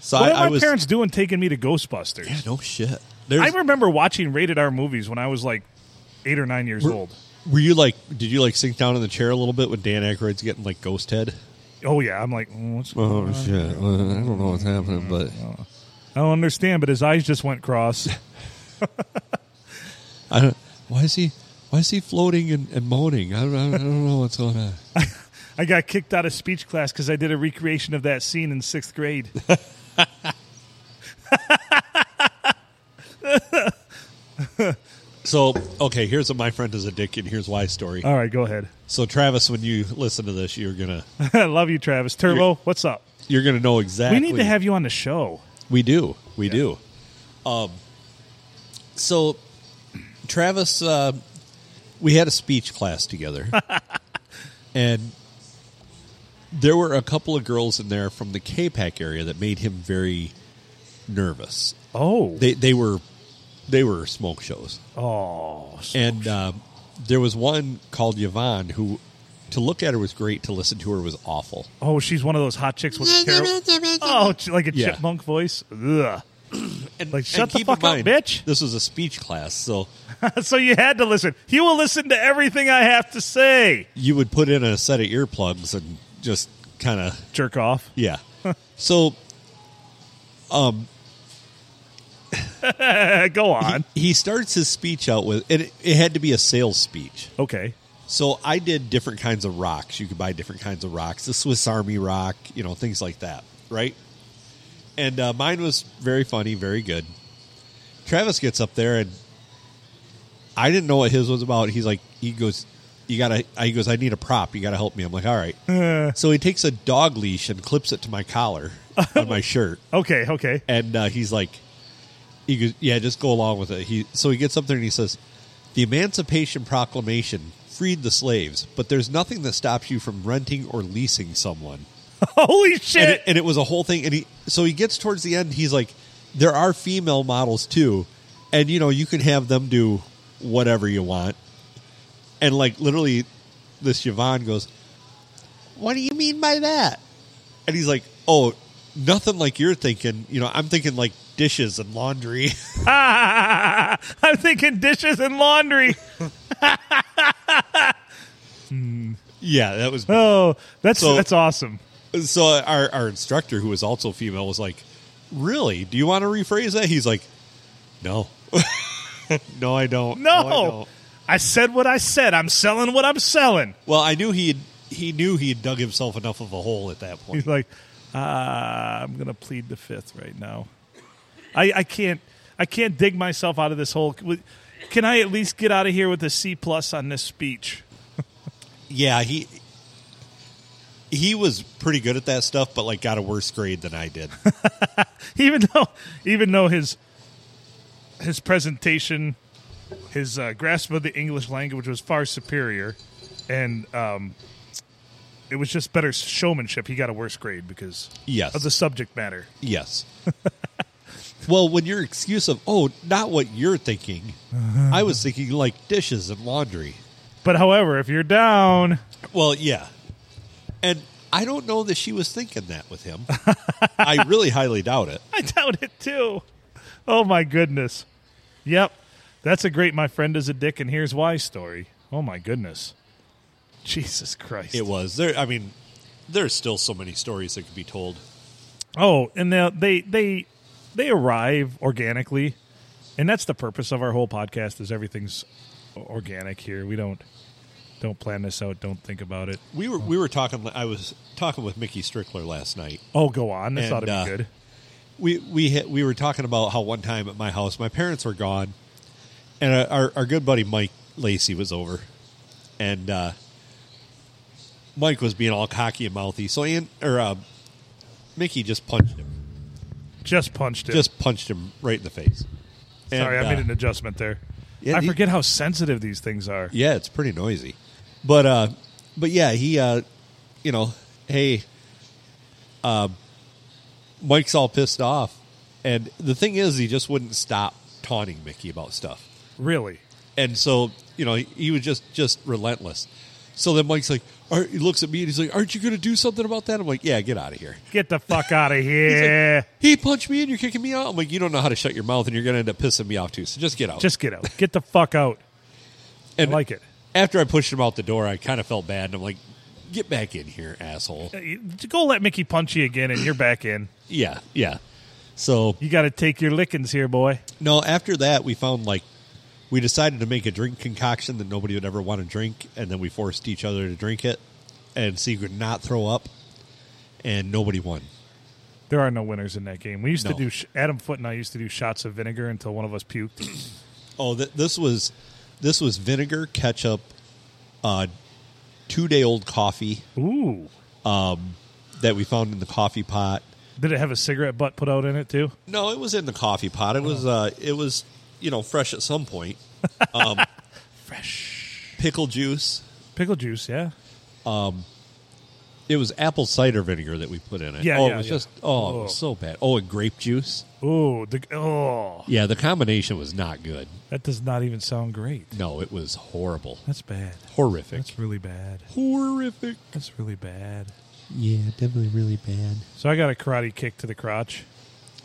[SPEAKER 1] So
[SPEAKER 2] what
[SPEAKER 1] I,
[SPEAKER 2] are my
[SPEAKER 1] I was.
[SPEAKER 2] parents doing taking me to Ghostbusters?
[SPEAKER 1] Yeah, no shit. There's,
[SPEAKER 2] I remember watching rated R movies when I was like eight or nine years old.
[SPEAKER 1] Were you like? Did you like sink down in the chair a little bit when Dan Aykroyd's getting like ghost head?
[SPEAKER 2] Oh yeah, I'm like, "Mm, what's
[SPEAKER 1] Uh-huh.
[SPEAKER 2] going on?"
[SPEAKER 1] Oh, shit! I don't know what's happening, but
[SPEAKER 2] I don't understand, but his eyes just went cross.
[SPEAKER 1] I don't. Why is he? Why is he floating and, and moaning? I don't, I don't know what's going on.
[SPEAKER 2] I got kicked out of speech class because I did a recreation of that scene in sixth grade.
[SPEAKER 1] So, okay, here's a my friend is a dick, and here's why story.
[SPEAKER 2] All right, go ahead.
[SPEAKER 1] So, Travis, when you listen to this, you're gonna
[SPEAKER 2] I love you, Travis. Turbo, what's up?
[SPEAKER 1] you're gonna know
[SPEAKER 2] We
[SPEAKER 1] exactly.
[SPEAKER 2] need to have you on the show.
[SPEAKER 1] We do. We do. Um, so, Travis, uh, we had a speech class together, and there were a couple of girls in there from the K-Pac area that made him very nervous.
[SPEAKER 2] Oh,
[SPEAKER 1] They they were they were smoke shows,
[SPEAKER 2] oh, s-
[SPEAKER 1] and um, there was one called Yvonne who. To look at her was great. To listen to her was awful.
[SPEAKER 2] oh, she's one of those hot chicks with a terrible. Oh, ch- like a
[SPEAKER 1] Yeah.
[SPEAKER 2] chipmunk voice. Ugh.
[SPEAKER 1] And,
[SPEAKER 2] Like, shut the
[SPEAKER 1] keep in
[SPEAKER 2] fuck up,
[SPEAKER 1] mind,
[SPEAKER 2] bitch.
[SPEAKER 1] This was a speech class, so
[SPEAKER 2] so you had to listen. You will listen to everything I have to say.
[SPEAKER 1] you would put in a set of earplugs and just kind of
[SPEAKER 2] Jerk off.
[SPEAKER 1] yeah. so
[SPEAKER 2] go on.
[SPEAKER 1] he starts his speech out with and it, it had to be a sales speech.
[SPEAKER 2] Okay.
[SPEAKER 1] So I did different kinds of rocks. You could buy different kinds of rocks, the Swiss Army rock, you know, things like that, right? And uh, mine was very funny, very good. Travis gets up there and I didn't know what his was about. He's like, he goes, you gotta, he goes, I need a prop. You gotta help me. I'm like, all right. so he takes a dog leash and clips it to my collar on my shirt.
[SPEAKER 2] Okay. Okay.
[SPEAKER 1] and uh, he's like, he goes, yeah, just go along with it. He so he gets up there and he says, the Emancipation Proclamation freed the slaves, but there's nothing that stops you from renting or leasing someone.
[SPEAKER 2] Holy
[SPEAKER 1] And
[SPEAKER 2] shit.
[SPEAKER 1] it, and it was a whole thing. And he so he gets towards the end, he's like, there are female models too, and you know you can have them do whatever you want. And like literally, this Yvonne goes, "What do you mean by that?" And he's like, "Oh, nothing like you're thinking. You know, I'm thinking like dishes and laundry."
[SPEAKER 2] I'm thinking dishes and laundry.
[SPEAKER 1] yeah, that was
[SPEAKER 2] Oh, that's
[SPEAKER 1] So-
[SPEAKER 2] that's awesome.
[SPEAKER 1] so. Our our instructor, who was also female, was like, "Really? Do you want to rephrase that?" He's like, "No." No, I don't.
[SPEAKER 2] No.
[SPEAKER 1] I don't.
[SPEAKER 2] I said what I said. I'm selling what I'm selling.
[SPEAKER 1] Well, I knew he had he knew he had dug himself enough of a hole at that point.
[SPEAKER 2] He's like, ah, I'm gonna plead the fifth right now. I, I can't I can't dig myself out of this hole. Can I at least get out of here with a C plus on this speech?
[SPEAKER 1] yeah, he he was pretty good at that stuff, but like got a worse grade than I did.
[SPEAKER 2] even though even though his his presentation, his uh, grasp of the English language was far superior, and um, it was just better showmanship. He got a worse grade because
[SPEAKER 1] Yes.
[SPEAKER 2] of the subject matter.
[SPEAKER 1] yes. well, when your excuse of oh, not what you're thinking, I was thinking like dishes and laundry.
[SPEAKER 2] But however, if you're down,
[SPEAKER 1] Well, yeah. And I don't know that she was thinking that with him. I really highly doubt it.
[SPEAKER 2] I doubt it too. Oh my goodness. Yep. That's a great my friend is a dick and here's why story. Oh my goodness. Jesus Christ.
[SPEAKER 1] It was there. I mean, there's still so many stories that could be told.
[SPEAKER 2] Oh, and they they they they arrive organically, and that's the purpose of our whole podcast. Is everything's organic here? We don't don't plan this out. Don't think about it.
[SPEAKER 1] We were we were talking. I was talking with Mickey Strickler last night.
[SPEAKER 2] Oh, go on. This
[SPEAKER 1] And,
[SPEAKER 2] ought to be
[SPEAKER 1] uh,
[SPEAKER 2] good.
[SPEAKER 1] We we had, we were talking about how one time at my house, my parents were gone, and uh, our our good buddy Mike Lacey was over, and uh, Mike was being all cocky and mouthy. So and or uh, Mickey just punched him,
[SPEAKER 2] Just punched it.
[SPEAKER 1] just punched him right in the face. And,
[SPEAKER 2] Sorry, I
[SPEAKER 1] uh,
[SPEAKER 2] made an adjustment there.
[SPEAKER 1] Yeah,
[SPEAKER 2] I
[SPEAKER 1] the-
[SPEAKER 2] forget how sensitive these things are.
[SPEAKER 1] Yeah, it's pretty noisy. But uh but yeah, he uh you know, hey um Mike's all pissed off and the thing is he just wouldn't stop taunting Mickey about stuff.
[SPEAKER 2] Really.
[SPEAKER 1] And so, you know, he, he was just just relentless. So then Mike's like, are, he looks at me and he's like, "Aren't you going to do something about that?" I'm like, "Yeah, get out of here."
[SPEAKER 2] Get the fuck out of here.
[SPEAKER 1] He punched me and you're kicking me out. I'm like, "You don't know how to shut your mouth and you're going to end up pissing me off too. So just get out."
[SPEAKER 2] Just get out. Get the fuck out.
[SPEAKER 1] and
[SPEAKER 2] I like it.
[SPEAKER 1] After I pushed him out the door, I kind of felt bad and I'm like, "Get back in here, asshole."
[SPEAKER 2] Uh, you- Go let Mickey punch you again, and you're back in.
[SPEAKER 1] Yeah, yeah. So
[SPEAKER 2] You got to take your lickings here, boy.
[SPEAKER 1] no, after that we found like we decided to make a drink concoction that nobody would ever want to drink, and then we forced each other to drink it and see who could not throw up, and nobody won.
[SPEAKER 2] There are no winners in that game. We used
[SPEAKER 1] No.
[SPEAKER 2] to do sh- Adam Foot and I used to do shots of vinegar until one of us puked.
[SPEAKER 1] Oh, th- this was this was vinegar, ketchup, uh, two day old coffee
[SPEAKER 2] Ooh,
[SPEAKER 1] that we found in the coffee pot.
[SPEAKER 2] did it have a cigarette butt put out in it too?
[SPEAKER 1] No, it was in the coffee pot. It was uh, it was you know fresh at some point. Um, fresh pickle juice.
[SPEAKER 2] Pickle juice, yeah,
[SPEAKER 1] It was apple cider vinegar that we put in it.
[SPEAKER 2] Yeah,
[SPEAKER 1] oh,
[SPEAKER 2] yeah,
[SPEAKER 1] it was
[SPEAKER 2] yeah.
[SPEAKER 1] just oh, it was
[SPEAKER 2] Oh.
[SPEAKER 1] so bad. Oh, and grape juice.
[SPEAKER 2] Ooh, the, oh,
[SPEAKER 1] Yeah, the combination was not good.
[SPEAKER 2] that does not even sound great.
[SPEAKER 1] No, it was horrible,
[SPEAKER 2] That's bad.
[SPEAKER 1] horrific,
[SPEAKER 2] That's really bad.
[SPEAKER 1] horrific.
[SPEAKER 2] That's really bad.
[SPEAKER 1] Yeah, definitely really bad.
[SPEAKER 2] So I got a karate kick to the crotch.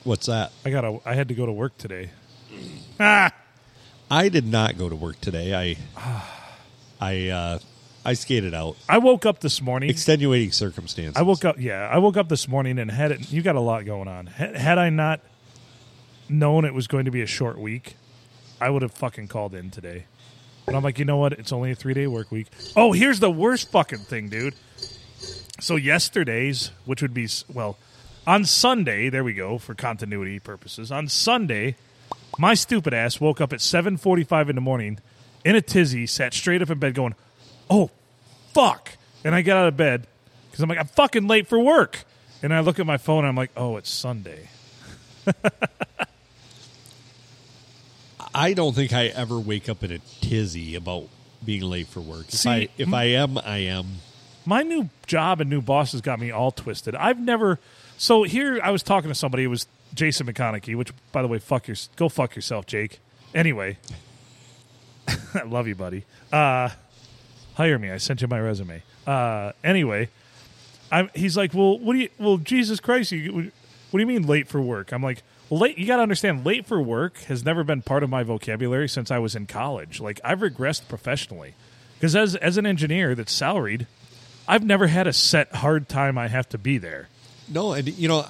[SPEAKER 1] What's that?
[SPEAKER 2] I got a. I had to go to work today.
[SPEAKER 1] I did not go to work today. I, I, uh, I skated out.
[SPEAKER 2] I woke up this morning.
[SPEAKER 1] Extenuating circumstances.
[SPEAKER 2] I woke up. Yeah, I woke up this morning and had it. You got a lot going on. Had, had I not known it was going to be a short week, I would have fucking called in today. But I'm like, you know what? It's only a three day work week. Oh, here's the worst fucking thing, dude. So yesterday's, which would be s- well, on Sunday. There we go for continuity purposes. On Sunday, my stupid ass woke up at 7:45 in the morning in a tizzy, sat straight up in bed, going, "Oh fuck!" And I get out of bed because I'm like, "I'm fucking late for work." And I look at my phone, and I'm like, "Oh, it's Sunday."
[SPEAKER 1] I don't think I ever wake up in a tizzy about being late for work. If
[SPEAKER 2] See,
[SPEAKER 1] I, if I am, I am.
[SPEAKER 2] my new job and new boss has got me all twisted. I've never so here I was talking to somebody. It was Jason McConaughey, which by the way, fuck your go fuck yourself, Jake. Anyway, I love you, buddy. Uh, hire me. I sent you my resume. Uh, anyway, I'm, he's like, well, what do you? Well, Jesus Christ, you, what do you mean late for work? I'm like, well, late. You got to understand, late for work has never been part of my vocabulary since I was in college. Like, I've regressed professionally because as as an engineer that's salaried, I've never had a set hard time I have to be there.
[SPEAKER 1] No, and you know,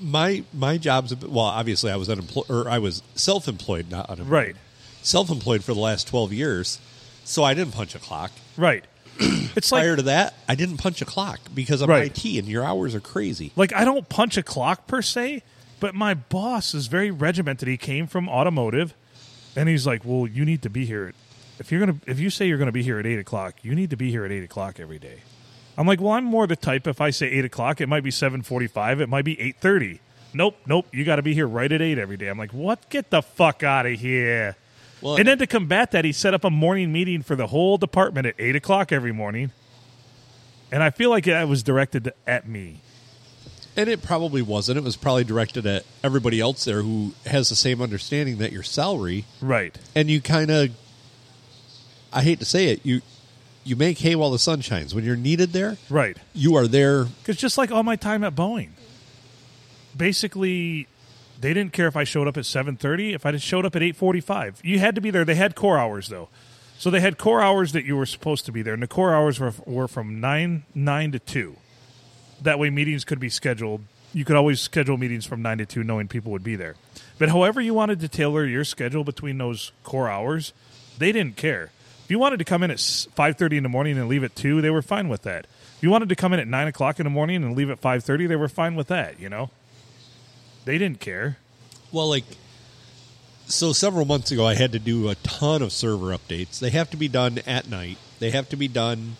[SPEAKER 1] my my job's a bit- well. Obviously, I was unemployed or I was self-employed, not unemployed.
[SPEAKER 2] Right,
[SPEAKER 1] Self-employed for the last twelve years, so I didn't punch a clock.
[SPEAKER 2] right. It's like
[SPEAKER 1] Prior to that, I didn't punch a clock because I'm
[SPEAKER 2] Right.
[SPEAKER 1] IT and your hours are crazy.
[SPEAKER 2] like I don't punch a clock per se, but my boss is very regimented. He came from automotive, and he's like, "Well, you need to be here. At, if you're gonna, if you say you're gonna be here at eight o'clock, you need to be here at eight o'clock every day." I'm like, "Well, I'm more the type. If I say eight o'clock, it might be seven forty-five. It might be eight thirty. Nope, nope. You got to be here right at eight every day." I'm like, "What? Get the fuck out of here!"
[SPEAKER 1] Well,
[SPEAKER 2] and then to combat that, he set up a morning meeting for the whole department at eight o'clock every morning. And I feel like that was directed at me.
[SPEAKER 1] And it probably wasn't. It was probably directed at everybody else there who has the same understanding that your salary
[SPEAKER 2] Right.
[SPEAKER 1] and you kind of I hate to say it, you you make hay while the sun shines. When you're needed there,
[SPEAKER 2] Right.
[SPEAKER 1] you are there.
[SPEAKER 2] Because just like all my time at Boeing, basically, they didn't care if I showed up at seven thirty, if I just showed up at eight forty-five. You had to be there. They had core hours though, so they had core hours that you were supposed to be there, and the core hours were were from nine nine to two. That way, meetings could be scheduled. You could always schedule meetings from nine to two, knowing people would be there. But however you wanted to tailor your schedule between those core hours, they didn't care. If you wanted to come in at five thirty in the morning and leave at two, they were fine with that. If you wanted to come in at nine o'clock in the morning and leave at five thirty, they were fine with that. You know, they didn't care.
[SPEAKER 1] Well, like so several months ago I had to do a ton of server updates. They have to be done at night. They have to be done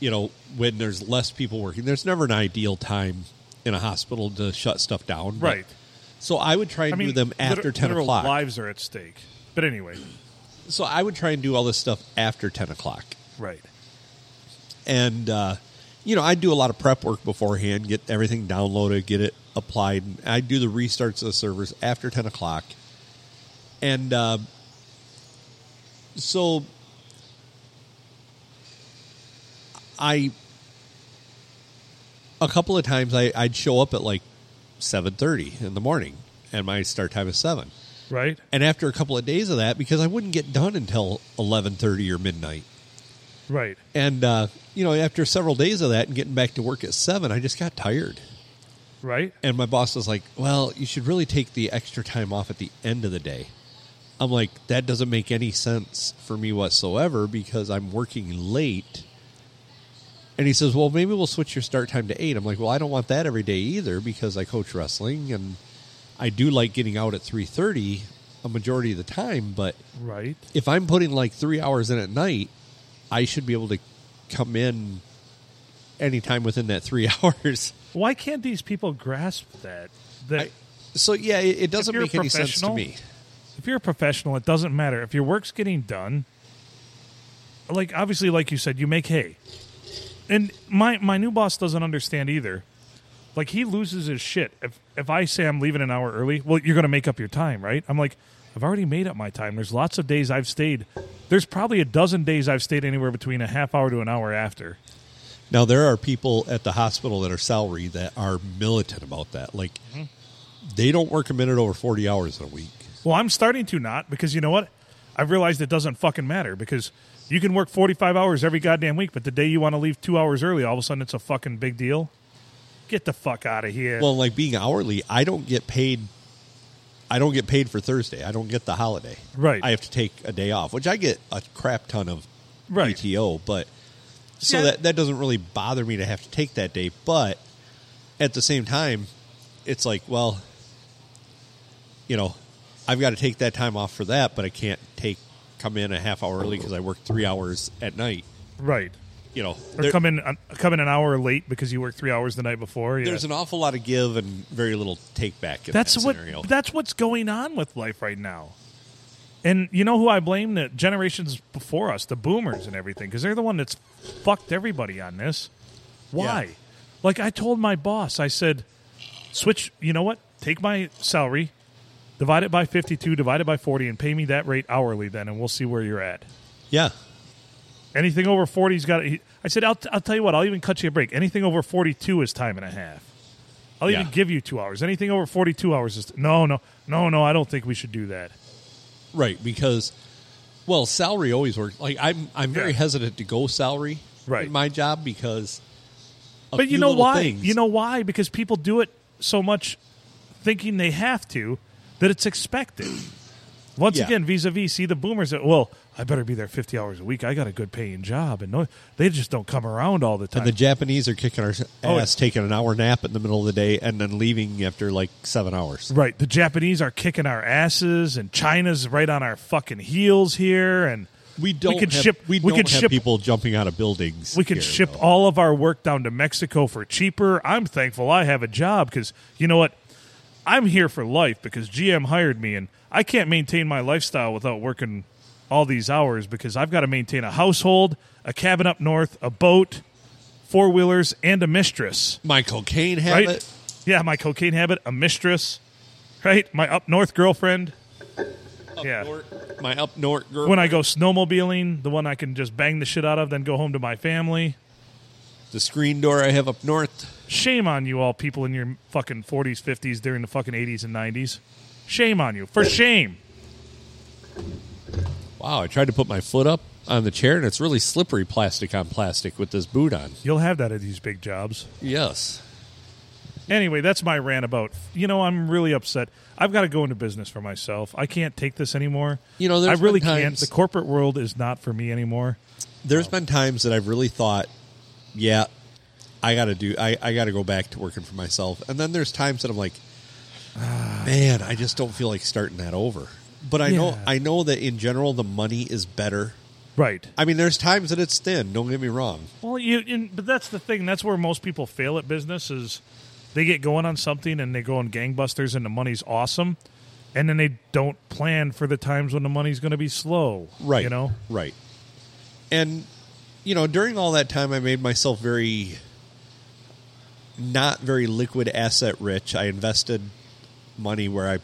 [SPEAKER 1] you know, when there's less people working. There's never an ideal time in a hospital to shut stuff down. but-
[SPEAKER 2] Right.
[SPEAKER 1] So I would try and do them after
[SPEAKER 2] liter-
[SPEAKER 1] ten
[SPEAKER 2] literal
[SPEAKER 1] o'clock.
[SPEAKER 2] Lives are at stake. But anyway,
[SPEAKER 1] So I would try and do all this stuff after ten o'clock,
[SPEAKER 2] right,
[SPEAKER 1] and uh, you know I do a lot of prep work beforehand, get everything downloaded, get it applied. And I do the restarts of the servers after ten o'clock, and uh, so I a couple of times I, I'd show up at like seven thirty in the morning, and my start time is seven
[SPEAKER 2] right,
[SPEAKER 1] and after a couple of days of that because i wouldn't get done until 11.30 or midnight
[SPEAKER 2] right.
[SPEAKER 1] and uh, you know after several days of that and getting back to work at 7 i just got tired
[SPEAKER 2] Right?
[SPEAKER 1] and my boss was like well you should really take the extra time off at the end of the day i'm like that doesn't make any sense for me whatsoever because i'm working late and he says well maybe we'll switch your start time to 8 i'm like well i don't want that every day either because i coach wrestling and i do like getting out at 3.30 a majority of the time but
[SPEAKER 2] Right.
[SPEAKER 1] if I'm putting like three hours in at night, I should be able to come in anytime within that three hours.
[SPEAKER 2] Why can't these people grasp that? That
[SPEAKER 1] I, so yeah, it, it doesn't
[SPEAKER 2] you're a
[SPEAKER 1] make any sense to
[SPEAKER 2] professional-
[SPEAKER 1] me.
[SPEAKER 2] if you're a professional, it doesn't matter. If your work's getting done, like obviously, like you said, you make hay. And my my new boss doesn't understand either. Like he loses his shit. If if I say I'm leaving an hour early, well, you're gonna make up your time, right? I'm like, I've already made up my time. There's lots of days I've stayed. There's probably a dozen days I've stayed anywhere between a half hour to an hour after.
[SPEAKER 1] Now there are people at the hospital that are salary that are militant about that. Like
[SPEAKER 2] Mm-hmm.
[SPEAKER 1] they don't work a minute over forty hours in a week.
[SPEAKER 2] Well, I'm starting to not because you know what? I've realized it doesn't fucking matter because you can work 45 hours every goddamn week, but the day you want to leave two hours early, all of a sudden it's a fucking big deal. Get the fuck out of here.
[SPEAKER 1] Well, like being hourly, I don't get paid. I don't get paid for Thursday. I don't get the holiday.
[SPEAKER 2] Right.
[SPEAKER 1] I have to take a day off, which I get a crap ton of
[SPEAKER 2] Right.
[SPEAKER 1] PTO, but so
[SPEAKER 2] Yeah.
[SPEAKER 1] that that doesn't really bother me to have to take that day. But at the same time, it's like, well, you know, I've got to take that time off for that, but I can't take come in a half hour early because I work three hours at night.
[SPEAKER 2] right.
[SPEAKER 1] You know,
[SPEAKER 2] Or
[SPEAKER 1] There-
[SPEAKER 2] come in, uh, come in an hour late because you worked three hours the night before. Yeah.
[SPEAKER 1] there's an awful lot of give and very little take back. In
[SPEAKER 2] that's
[SPEAKER 1] that
[SPEAKER 2] what
[SPEAKER 1] scenario.
[SPEAKER 2] that's what's going on with life right now and you know who i blame the generations before us the boomers and everything because they're the one that's fucked everybody on this why
[SPEAKER 1] Yeah.
[SPEAKER 2] like i told my boss i said switch you know what take my salary divide it by 52 divide it by 40 and pay me that rate hourly then and we'll see where you're at
[SPEAKER 1] yeah.
[SPEAKER 2] anything over 40's got he- i said I'll, t- I'll tell you what i'll even cut you a break anything over 42 is time and a half i'll
[SPEAKER 1] Yeah.
[SPEAKER 2] even give you two hours anything over 42 hours is no no no no i don't think we should do that
[SPEAKER 1] Right, because well, salary always works. Like I'm, I'm very
[SPEAKER 2] Yeah.
[SPEAKER 1] hesitant to go salary
[SPEAKER 2] Right.
[SPEAKER 1] in my job because. a
[SPEAKER 2] but you
[SPEAKER 1] few
[SPEAKER 2] know
[SPEAKER 1] little
[SPEAKER 2] why
[SPEAKER 1] things-
[SPEAKER 2] you know why because people do it so much thinking they have to that it's expected once
[SPEAKER 1] Yeah.
[SPEAKER 2] again vis-a-vis see the boomers that well I better be there 50 hours a week. I got a good paying job. And no, they just don't come around all the time.
[SPEAKER 1] And the Japanese are kicking our ass,
[SPEAKER 2] Oh, yeah.
[SPEAKER 1] taking an hour nap in the middle of the day, and then leaving after like seven hours.
[SPEAKER 2] right. The Japanese are kicking our asses, and China's right on our fucking heels here. And
[SPEAKER 1] We don't.
[SPEAKER 2] We could
[SPEAKER 1] have,
[SPEAKER 2] ship.
[SPEAKER 1] We, don't
[SPEAKER 2] could
[SPEAKER 1] have
[SPEAKER 2] ship.
[SPEAKER 1] people jumping out of buildings.
[SPEAKER 2] we could
[SPEAKER 1] here,
[SPEAKER 2] ship
[SPEAKER 1] though.
[SPEAKER 2] all of our work down to Mexico for cheaper. I'm thankful I have a job because you know what? I'm here for life because GM hired me, and I can't maintain my lifestyle without working all these hours because I've got to maintain a household, a cabin up north, a boat, four wheelers, and a mistress.
[SPEAKER 1] my cocaine
[SPEAKER 2] Right?
[SPEAKER 1] habit.
[SPEAKER 2] Yeah, my cocaine habit, a mistress, right? My up north girlfriend. yeah.
[SPEAKER 1] Nort- my up north girl.
[SPEAKER 2] When I go snowmobiling, the one I can just bang the shit out of, then go home to my family.
[SPEAKER 1] the screen door I have up north.
[SPEAKER 2] Shame on you, all people in your fucking 40s, 50s during the fucking 80s and 90s. Shame on you. For shame.
[SPEAKER 1] Wow, I tried to put my foot up on the chair, and it's really slippery, plastic on plastic, with this boot on.
[SPEAKER 2] You'll have that at these big jobs.
[SPEAKER 1] Yes.
[SPEAKER 2] Anyway, that's my rant about. You know, I'm really upset. I've got to go into business for myself. I can't take this anymore.
[SPEAKER 1] You know, there's
[SPEAKER 2] I really
[SPEAKER 1] been
[SPEAKER 2] can't.
[SPEAKER 1] times-
[SPEAKER 2] The corporate world is not for me anymore. Oh.
[SPEAKER 1] There's been times that I've really thought, yeah, I gotta do I, I gotta go back to working for myself. And then there's times that I'm like, man, I just don't feel like starting that over. But I know
[SPEAKER 2] Ah. Yeah.
[SPEAKER 1] I know that in general the money is better.
[SPEAKER 2] Right.
[SPEAKER 1] I mean, there's times that it's thin, don't get me wrong.
[SPEAKER 2] Well, you, you but that's the thing. That's where most people fail at business is they get going on something and they go on gangbusters and the money's awesome, and then they don't plan for the times when the money's going to be slow.
[SPEAKER 1] Right.
[SPEAKER 2] You know.
[SPEAKER 1] Right. And you know, during all that time I made myself very not very liquid asset rich. I invested money where I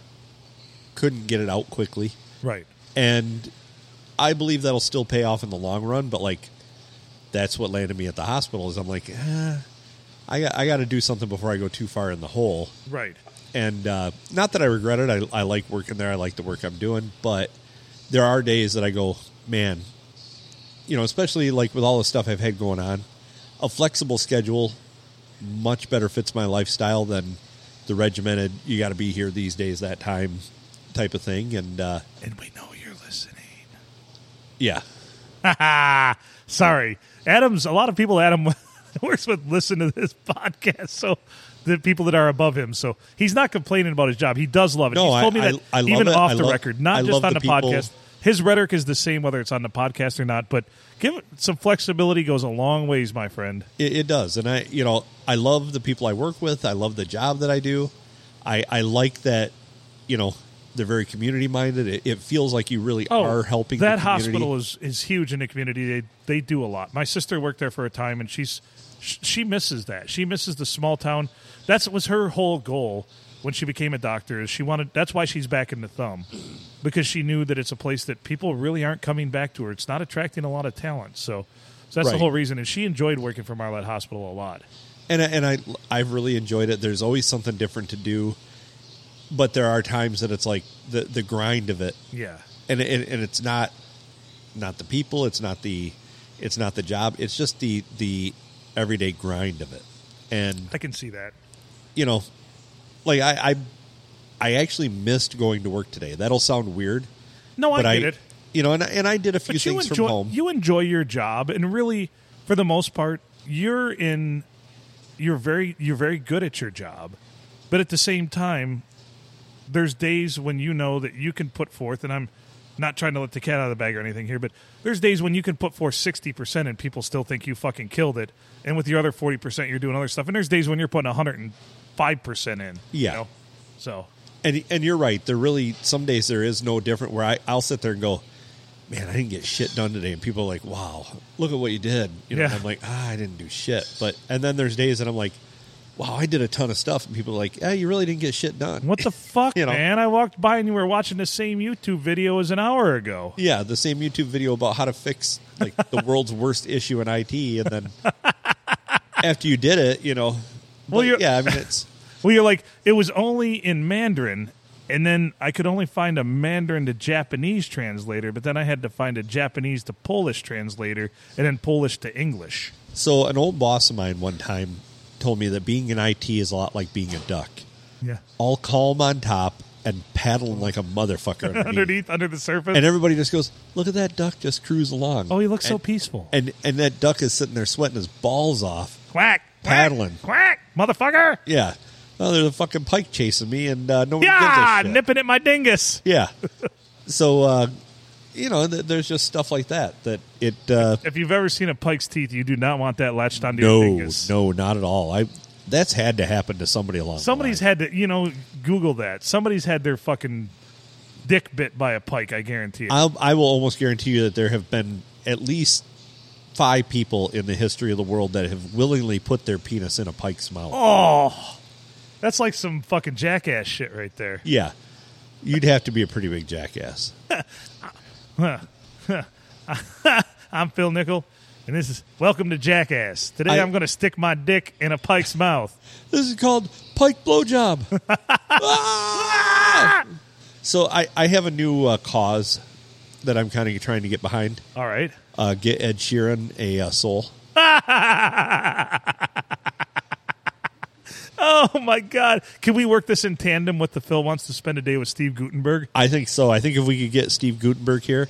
[SPEAKER 1] couldn't get it out quickly.
[SPEAKER 2] Right.
[SPEAKER 1] and I believe that'll still pay off in the long run. But like, that's what landed me at the hospital. Is I'm like, eh, I got, I got to do something before I go too far in the hole.
[SPEAKER 2] Right.
[SPEAKER 1] And uh, not that I regret it. I, I like working there. I like the work I'm doing. But there are days that I go, man, you know, especially like with all the stuff I've had going on, a flexible schedule much better fits my lifestyle than the regimented. You got to be here these days, that time, type of thing. And uh,
[SPEAKER 2] And we know you're listening.
[SPEAKER 1] yeah,
[SPEAKER 2] Sorry, Adam's. A lot of people Adam works with listen to this podcast. So. The people that are above him, so he's not complaining about his job. He does love it.
[SPEAKER 1] No,
[SPEAKER 2] he's
[SPEAKER 1] I-
[SPEAKER 2] told me that
[SPEAKER 1] I- I love
[SPEAKER 2] even
[SPEAKER 1] it.
[SPEAKER 2] off
[SPEAKER 1] I
[SPEAKER 2] the
[SPEAKER 1] love-
[SPEAKER 2] record, not
[SPEAKER 1] I
[SPEAKER 2] just
[SPEAKER 1] love
[SPEAKER 2] on
[SPEAKER 1] the
[SPEAKER 2] the,
[SPEAKER 1] people-
[SPEAKER 2] podcast. his rhetoric is the same whether it's on the podcast or not but give it some flexibility goes a long ways my friend
[SPEAKER 1] It, it does, and I, you know, I love the people I work with. I love the job that I do. I, I like that, you know, they're very community minded. It, it feels like you really are helping
[SPEAKER 2] Oh, that
[SPEAKER 1] the community.
[SPEAKER 2] hospital is is huge in the community they they do a lot my sister worked there for a time and she's sh- she misses that she misses the small town that's was her whole goal when she became a doctor is she wanted that's why she's back in the thumb because she knew that it's a place that people really aren't coming back to her it's not attracting a lot of talent so so that's the
[SPEAKER 1] Right.
[SPEAKER 2] whole reason and she enjoyed working for marlette hospital a lot
[SPEAKER 1] and I- and I I've really enjoyed it. There's always something different to do, but there are times that it's like the the grind of it,
[SPEAKER 2] yeah
[SPEAKER 1] and it, and it's not not the people, it's not the it's not the job, it's just the the everyday grind of it, and
[SPEAKER 2] i can see that
[SPEAKER 1] you know, like I, I, I actually missed going to work today. That'll sound weird,
[SPEAKER 2] no
[SPEAKER 1] but
[SPEAKER 2] Oh, i
[SPEAKER 1] I,
[SPEAKER 2] get it
[SPEAKER 1] you know, and I, and I did a few things
[SPEAKER 2] enjoy,
[SPEAKER 1] from home.
[SPEAKER 2] You enjoy your job, and really, for the most part, you're in. You're very you're very good at your job, but at the same time, there's days when you know that you can put forth, and I'm not trying to let the cat out of the bag or anything here, but there's days when you can put forth sixty percent and people still think you fucking killed it, and with your other forty percent, you're doing other stuff, and there's days when you're putting hundred and five percent in. you
[SPEAKER 1] Yeah.
[SPEAKER 2] know? So
[SPEAKER 1] and and you're right. There really some days there is no different. Where I I'll sit there and go, man, I didn't get shit done today, and people are like, wow, look at what you did. You know,
[SPEAKER 2] Yeah.
[SPEAKER 1] and I'm like, ah, I didn't do shit. But and then there's days that I'm like, wow, I did a ton of stuff, and people are like, yeah, you really didn't get shit done.
[SPEAKER 2] what the fuck,
[SPEAKER 1] You know.
[SPEAKER 2] man? I walked by and you were watching the same YouTube video as an hour ago.
[SPEAKER 1] Yeah, the same YouTube video about how to fix like the world's worst issue in IT, and then after you did it, you know.
[SPEAKER 2] Well,
[SPEAKER 1] but
[SPEAKER 2] you're-
[SPEAKER 1] yeah, I mean it's
[SPEAKER 2] Well, you're like, it was only in Mandarin, and then I could only find a Mandarin to Japanese translator, but then I had to find a Japanese to Polish translator, and then Polish to English.
[SPEAKER 1] so an old boss of mine one time told me that being in IT is a lot like being a duck.
[SPEAKER 2] Yeah.
[SPEAKER 1] All calm on top, and paddling like a motherfucker underneath.
[SPEAKER 2] underneath under the surface.
[SPEAKER 1] And everybody just goes, "Look at that duck just cruise along."
[SPEAKER 2] oh, he looks so
[SPEAKER 1] And-
[SPEAKER 2] peaceful.
[SPEAKER 1] And and that duck is sitting there sweating his balls off.
[SPEAKER 2] quack, quack,
[SPEAKER 1] Paddling.
[SPEAKER 2] quack, motherfucker.
[SPEAKER 1] Yeah. Oh, there's a fucking pike chasing me, and uh, nobody
[SPEAKER 2] Yeah,
[SPEAKER 1] gives a shit.
[SPEAKER 2] nipping at my dingus.
[SPEAKER 1] Yeah. so, uh, you know, th- there's just stuff like that that it. Uh,
[SPEAKER 2] If you've ever seen a pike's teeth, you do not want that latched onto your
[SPEAKER 1] no,
[SPEAKER 2] dingus.
[SPEAKER 1] no, not at all. I that's had to happen to somebody along. the
[SPEAKER 2] Somebody's
[SPEAKER 1] line.
[SPEAKER 2] had to, you know, Google that. Somebody's had their fucking dick bit by a pike. I guarantee it.
[SPEAKER 1] I'll, I will almost guarantee you that there have been at least five people in the history of the world that have willingly put their penis in a pike's mouth.
[SPEAKER 2] oh, that's like some fucking jackass shit right there.
[SPEAKER 1] Yeah, you'd have to be a pretty big jackass.
[SPEAKER 2] I'm Phil Nickel, and this is Welcome to Jackass. Today
[SPEAKER 1] I-
[SPEAKER 2] I, am going to stick my dick in a pike's mouth.
[SPEAKER 1] This is called Pike Blowjob. Ah! So I, I have a new uh, cause that I'm kind of trying to get behind.
[SPEAKER 2] All right.
[SPEAKER 1] Uh, get Ed Sheeran a uh, soul.
[SPEAKER 2] Oh my God! Can we work this in tandem with the Phil wants to spend a day with Steve Gutenberg?
[SPEAKER 1] I think so. I think if we could get Steve Gutenberg here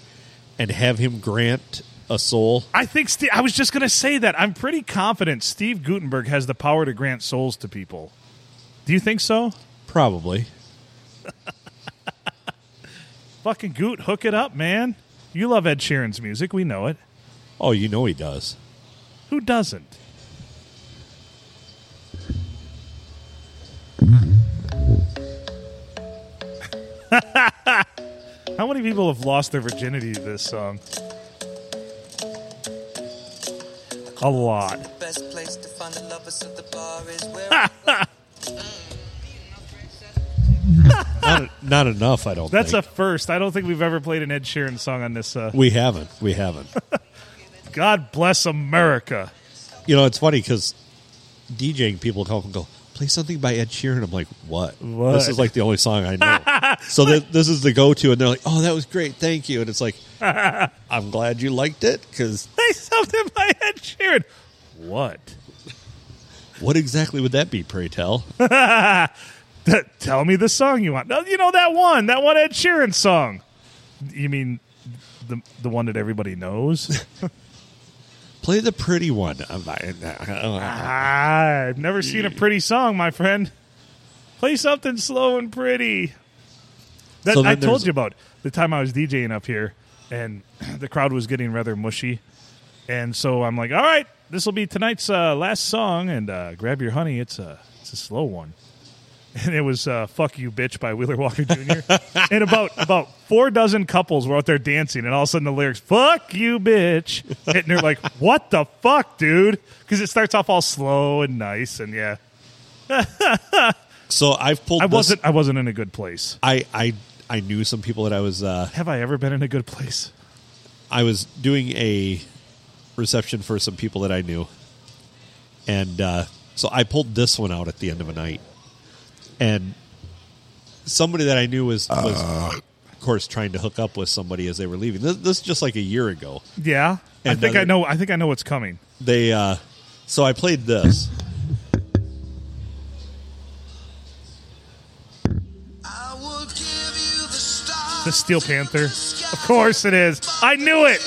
[SPEAKER 1] and have him grant a soul,
[SPEAKER 2] I think Steve, I was just going to say that. I'm pretty confident Steve Gutenberg has the power to grant souls to people. Do you think so?
[SPEAKER 1] probably.
[SPEAKER 2] Fucking Goot, hook it up, man. You love Ed Sheeran's music. We know it.
[SPEAKER 1] Oh, you know he does.
[SPEAKER 2] Who doesn't? How many people have lost their virginity to this song? A lot.
[SPEAKER 4] Best place to find the lovers of the bar is where
[SPEAKER 1] Not, not enough, I don't
[SPEAKER 2] That's a
[SPEAKER 1] think.
[SPEAKER 2] first. I don't think we've ever played an Ed Sheeran song on this. Uh,
[SPEAKER 1] we haven't. We haven't.
[SPEAKER 2] God bless America.
[SPEAKER 1] you know, it's funny because DJing people come up and go, play something by Ed Sheeran. I'm like, what?
[SPEAKER 2] What?
[SPEAKER 1] This is like the only song I know. so th- this is the go to. And they're like, oh, that was great. Thank you. And it's like, I'm glad you liked it because
[SPEAKER 2] Play something by Ed Sheeran. What?
[SPEAKER 1] what exactly would that be, pray tell?
[SPEAKER 2] T- tell me the song you want. No, you know that one. That one Ed Sheeran song. You mean the the one that everybody knows?
[SPEAKER 1] play the pretty one. I'm like,
[SPEAKER 2] ah, I've never seen a pretty song, my friend. Play something slow and pretty. That
[SPEAKER 1] So then
[SPEAKER 2] I told
[SPEAKER 1] there's-
[SPEAKER 2] you about the time I was DJing up here, and the crowd was getting rather mushy, and so I'm like, "All right, this will be tonight's uh, last song, and uh, grab your honey. It's a it's a slow one." And it was uh, "Fuck You, Bitch" by Wheeler Walker Jr. and about about four dozen couples were out there dancing, and all of a sudden the lyrics "Fuck You, Bitch," and they're like, "What the fuck, dude?" Because it starts off all slow and nice, and yeah,
[SPEAKER 1] so I've pulled
[SPEAKER 2] I
[SPEAKER 1] this-
[SPEAKER 2] wasn't I wasn't in a good place.
[SPEAKER 1] I, I, I knew some people that I was, uh,
[SPEAKER 2] Have I ever been in a good place?
[SPEAKER 1] I was doing a reception for some people that I knew, and uh, so I pulled this one out at the end of a night, and somebody that I knew was, was of course, trying to hook up with somebody as they were leaving. This, this is just like a year ago.
[SPEAKER 2] Yeah, I
[SPEAKER 1] And
[SPEAKER 2] think
[SPEAKER 1] other-
[SPEAKER 2] I know. I think I know what's coming.
[SPEAKER 1] They, uh, so I played this.
[SPEAKER 4] I will give you the stars.
[SPEAKER 2] The Steel Panther. Of course it is. I knew it.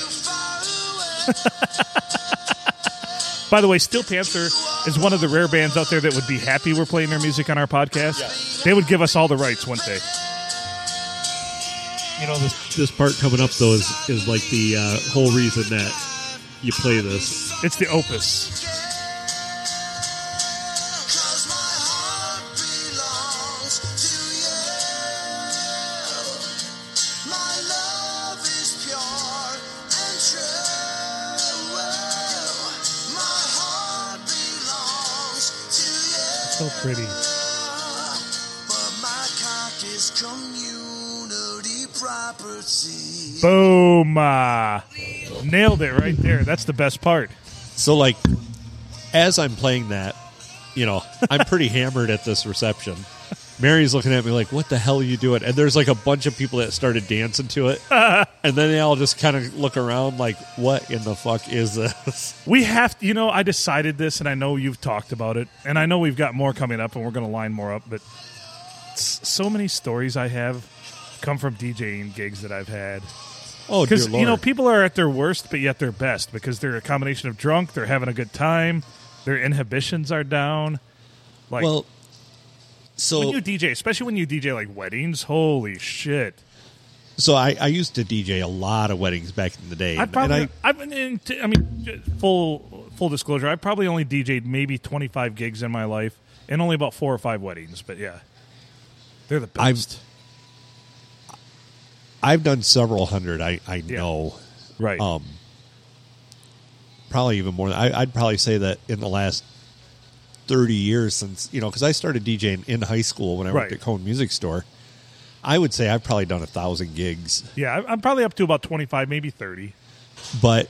[SPEAKER 2] By the way, Steel Panther is one of the rare bands out there that would be happy we're playing their music on our podcast. They would give us all the rights, wouldn't they?
[SPEAKER 1] You know, this this part coming up though is is like the uh, whole reason that you play this.
[SPEAKER 2] It's the opus.
[SPEAKER 4] Cause my heart belongs to you. My love is pure and true. My heart belongs to you.
[SPEAKER 2] So pretty.
[SPEAKER 4] But my cock is community property.
[SPEAKER 2] Boom. Uh, nailed it right there. That's the best part.
[SPEAKER 1] So like, as I'm playing that, you know, I'm pretty hammered at this reception. Mary's looking at me like, "What the hell are you doing?" And there's like a bunch of people that started dancing to it, and then they all just kind of look around like, "What in the fuck is this?"
[SPEAKER 2] We have to, you know, I decided this, and I know you've talked about it, and I know we've got more coming up, and we're going to line more up, but s- so many stories I have come from DJing gigs that I've had.
[SPEAKER 1] Oh, dear
[SPEAKER 2] Because
[SPEAKER 1] lord!
[SPEAKER 2] you know, people are at their worst, but yet their best because they're a combination of drunk, they're having a good time, their inhibitions are down. Like
[SPEAKER 1] well, so
[SPEAKER 2] when you DJ, especially when you DJ like weddings, holy shit!
[SPEAKER 1] So I, I used to DJ a lot of weddings back in the day.
[SPEAKER 2] I
[SPEAKER 1] and-
[SPEAKER 2] probably,
[SPEAKER 1] and I,
[SPEAKER 2] I, have been in, t- I mean, j- full full disclosure, I probably only DJ'd maybe twenty five gigs in my life, and only about four or five weddings. But yeah, they're the
[SPEAKER 1] I've-
[SPEAKER 2] best,
[SPEAKER 1] I've done several hundred. I, I know,
[SPEAKER 2] right?
[SPEAKER 1] um, probably even more. than- I, I'd probably say that in the last thirty years since you know, because I started DJing in high school when I worked
[SPEAKER 2] Right.
[SPEAKER 1] at Cone Music Store. I would say I've probably done a thousand gigs,
[SPEAKER 2] yeah, I- I'm probably up to about twenty five, maybe thirty
[SPEAKER 1] but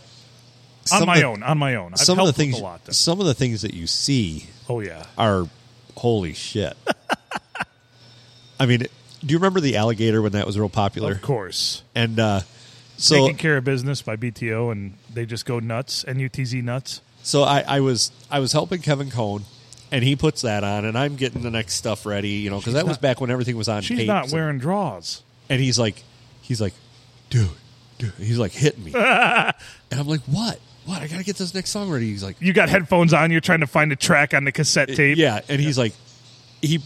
[SPEAKER 2] on
[SPEAKER 1] some
[SPEAKER 2] my
[SPEAKER 1] of the-
[SPEAKER 2] own. On my own, I've
[SPEAKER 1] Some of
[SPEAKER 2] helped
[SPEAKER 1] the
[SPEAKER 2] with
[SPEAKER 1] things,
[SPEAKER 2] a lot. Though.
[SPEAKER 1] some of the things that you see
[SPEAKER 2] Oh yeah,
[SPEAKER 1] are holy shit. I mean, do you remember the alligator when that was real popular?
[SPEAKER 2] of course.
[SPEAKER 1] And uh, so,
[SPEAKER 2] taking care of business by BTO, and they just go nuts. NUTZ nuts.
[SPEAKER 1] so I, I was I was helping Kevin Cohn, and he puts that on, and I'm getting the next stuff ready, you know, because that was
[SPEAKER 2] not-
[SPEAKER 1] back when everything was on.
[SPEAKER 2] She's
[SPEAKER 1] tapes
[SPEAKER 2] not
[SPEAKER 1] and-
[SPEAKER 2] wearing draws.
[SPEAKER 1] And he's like, he's like, dude, dude. He's like hitting me, and I'm like, what? What? I gotta get this next song ready. He's like,
[SPEAKER 2] You got headphones on. You're trying to find a track on the cassette tape.
[SPEAKER 1] yeah, and he's like, he,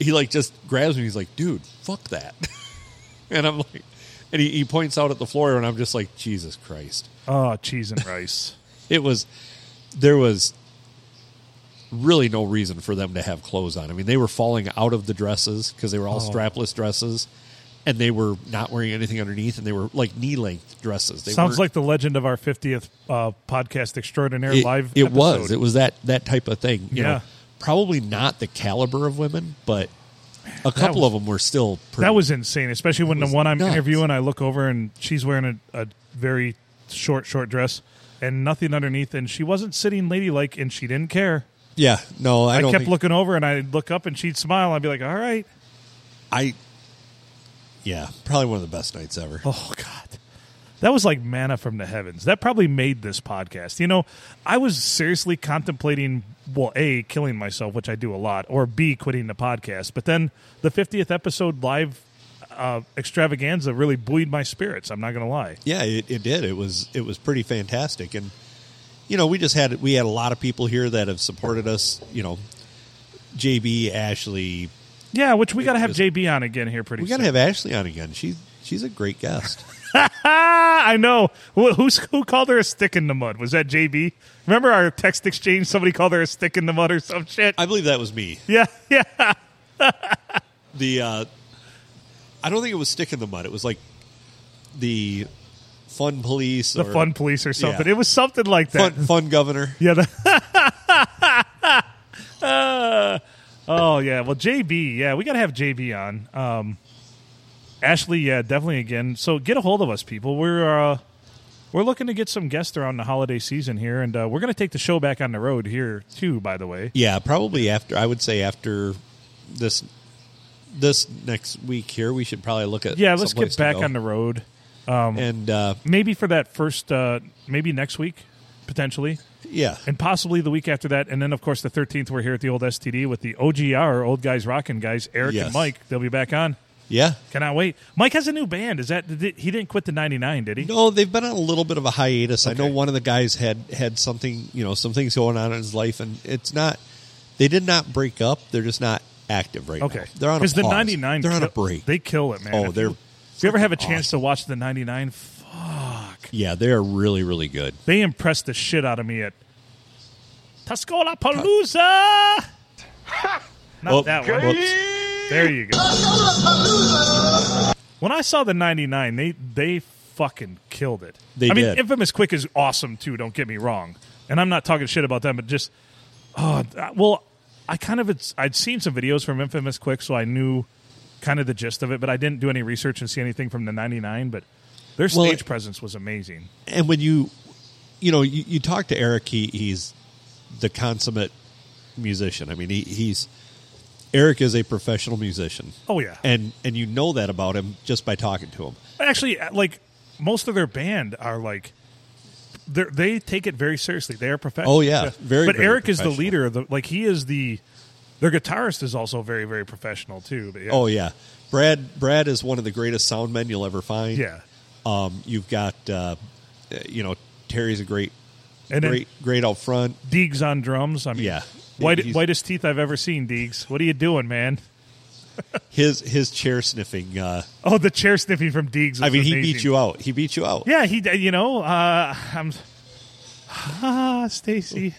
[SPEAKER 1] he like just grabs me. He's like, dude, fuck that. and I'm like, and he, he points out at the floor, and I'm just like, Jesus Christ.
[SPEAKER 2] Oh, cheese and rice.
[SPEAKER 1] it was there was really no reason for them to have clothes on. I mean, they were falling out of the dresses because they were
[SPEAKER 2] Oh.
[SPEAKER 1] all strapless dresses, and they were not wearing anything underneath, and they were like knee length dresses. They
[SPEAKER 2] Sounds
[SPEAKER 1] weren't-
[SPEAKER 2] like the legend of our 50th uh, podcast extraordinaire
[SPEAKER 1] it,
[SPEAKER 2] live.
[SPEAKER 1] It
[SPEAKER 2] episode.
[SPEAKER 1] was. It was that that type of thing. You
[SPEAKER 2] Yeah.
[SPEAKER 1] know, probably not the caliber of women, but a couple of them were still pretty.
[SPEAKER 2] that was insane, especially when the
[SPEAKER 1] was
[SPEAKER 2] one I'm
[SPEAKER 1] nuts.
[SPEAKER 2] interviewing, I look over and she's wearing a, a very short, short dress and nothing underneath, and she wasn't sitting ladylike, and she didn't care.
[SPEAKER 1] yeah. No, I,
[SPEAKER 2] I,
[SPEAKER 1] don't
[SPEAKER 2] kept
[SPEAKER 1] think-
[SPEAKER 2] looking over, and I'd look up, and she'd smile. I'd be like, "All right,
[SPEAKER 1] I. Yeah, probably one of the best nights ever.
[SPEAKER 2] Oh God, that was like manna from the heavens. That probably made this podcast. You know, I was seriously contemplating well, a killing myself, which I do a lot, or b quitting the podcast. But then the fiftieth episode live uh, extravaganza really buoyed my spirits. I'm not going to lie.
[SPEAKER 1] yeah it, it did it was it was pretty fantastic and you know we just had we had a lot of people here that have supported us you know jb ashley
[SPEAKER 2] Yeah, which we got to have JB on again here pretty.
[SPEAKER 1] we gotta
[SPEAKER 2] soon.
[SPEAKER 1] have ashley on again she's she's a great guest
[SPEAKER 2] Ah, I know. Who, who's, who called her a stick in the mud? Was that JB? Remember our text exchange? Somebody called her a stick in the mud or some shit.
[SPEAKER 1] i believe that was me
[SPEAKER 2] yeah, yeah.
[SPEAKER 1] the uh i don't think it was stick in the mud it was like the fun police
[SPEAKER 2] The
[SPEAKER 1] or
[SPEAKER 2] fun police or something.
[SPEAKER 1] Yeah.
[SPEAKER 2] It was something like that.
[SPEAKER 1] fun, fun governor
[SPEAKER 2] Yeah. The Uh, oh yeah. Well, JB. Yeah, we got to have JB on. Um, Ashley. Yeah, definitely again. So get a hold of us, people. We're uh, we're looking to get some guests around the holiday season here, and uh, we're going to take the show back on the road here too. By the way,
[SPEAKER 1] yeah probably after i would say after this this next week here we should probably look at
[SPEAKER 2] yeah. Let's
[SPEAKER 1] someplace to
[SPEAKER 2] get back
[SPEAKER 1] go.
[SPEAKER 2] on the road.
[SPEAKER 1] and uh
[SPEAKER 2] Maybe for that first. Uh, maybe next week, potentially.
[SPEAKER 1] yeah
[SPEAKER 2] and possibly the week after that. And then, of course, the 13th, we're here at the old STD with the OGR, Old Guys Rockin' Guys, Eric
[SPEAKER 1] Yes.
[SPEAKER 2] and Mike. They'll be back on.
[SPEAKER 1] yeah
[SPEAKER 2] Cannot wait. Mike has a new band. Is that did, he didn't quit the 99, did he?
[SPEAKER 1] No, they've been on a little bit of a hiatus. I know
[SPEAKER 2] Okay.
[SPEAKER 1] one of the guys had had something, you know, some things going on in his life, and it's not. They did not break up. They're just not active right now.
[SPEAKER 2] Okay.
[SPEAKER 1] they're on a
[SPEAKER 2] Because
[SPEAKER 1] pause.
[SPEAKER 2] the 99
[SPEAKER 1] They're on a
[SPEAKER 2] kill-
[SPEAKER 1] break.
[SPEAKER 2] They kill it, man.
[SPEAKER 1] Oh,
[SPEAKER 2] If
[SPEAKER 1] they're
[SPEAKER 2] you, if you ever have a
[SPEAKER 1] freaking
[SPEAKER 2] chance
[SPEAKER 1] awesome.
[SPEAKER 2] to watch the 99, fuck.
[SPEAKER 1] yeah, they are really really good.
[SPEAKER 2] They impressed the shit out of me at Tuscola Palooza. Not
[SPEAKER 1] Oh,
[SPEAKER 2] that one.
[SPEAKER 1] whoops.
[SPEAKER 2] There you go. When I saw the 99, they they fucking killed it.
[SPEAKER 1] They
[SPEAKER 2] I mean,
[SPEAKER 1] did.
[SPEAKER 2] Infamous Quick is awesome too, don't get me wrong. And I'm not talking shit about them, but just oh, th- well, I kind of it's, I'd seen some videos from Infamous Quick, so I knew kind of the gist of it, but I didn't do any research and see anything from the 99, but their
[SPEAKER 1] Well,
[SPEAKER 2] stage
[SPEAKER 1] it-
[SPEAKER 2] presence was amazing.
[SPEAKER 1] And when you, you know, you, you talk to Eric, he, he's the consummate musician. I mean, he, he's Eric is a professional musician.
[SPEAKER 2] Oh yeah.
[SPEAKER 1] and and you know that about him just by talking to him.
[SPEAKER 2] actually uh, like most of their band are like they they take it very seriously. They are professional.
[SPEAKER 1] Oh, yeah. Very,
[SPEAKER 2] but
[SPEAKER 1] very
[SPEAKER 2] Eric is the
[SPEAKER 1] professional.
[SPEAKER 2] leader of the like he is the Their guitarist is also very, very professional too. But yeah,
[SPEAKER 1] Oh yeah, Brad. Brad is one of the greatest sound men you'll ever find.
[SPEAKER 2] yeah.
[SPEAKER 1] Um, you've got, uh, you know, Terry's a great,
[SPEAKER 2] And then
[SPEAKER 1] great, great out front.
[SPEAKER 2] Deegs on drums. I mean,
[SPEAKER 1] Yeah.
[SPEAKER 2] white,
[SPEAKER 1] He's-
[SPEAKER 2] whitest teeth I've ever seen. Deegs, what are you doing, man?
[SPEAKER 1] His his chair sniffing. Uh,
[SPEAKER 2] Oh, the chair sniffing from Deegs. Was
[SPEAKER 1] I mean, he
[SPEAKER 2] amazing.
[SPEAKER 1] beat you out. He beat you out.
[SPEAKER 2] Yeah, he. d- You know, uh, I'm. Ah, Stacy.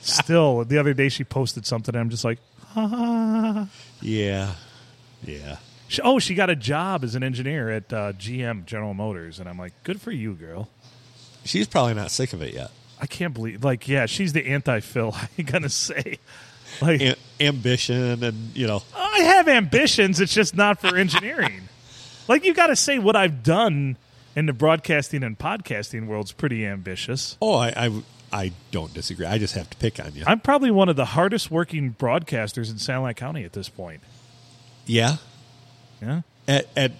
[SPEAKER 2] Still, the other day she posted something. and I'm just like, ah.
[SPEAKER 1] Yeah. Yeah.
[SPEAKER 2] She, oh, she got a job as an engineer at uh, GM General Motors, and I'm like, good for you, girl.
[SPEAKER 1] She's probably not sick of it yet.
[SPEAKER 2] I can't believe, like, yeah, she's the anti Phil. I'm gonna say, like,
[SPEAKER 1] Am- ambition and you know,
[SPEAKER 2] I have ambitions. It's just not for engineering. like, you got to say what I've done in the broadcasting and podcasting world's pretty ambitious.
[SPEAKER 1] oh, I, I I don't disagree. I just have to pick on you.
[SPEAKER 2] I'm probably one of the hardest working broadcasters in San Luis County at this point.
[SPEAKER 1] yeah.
[SPEAKER 2] Yeah.
[SPEAKER 1] At at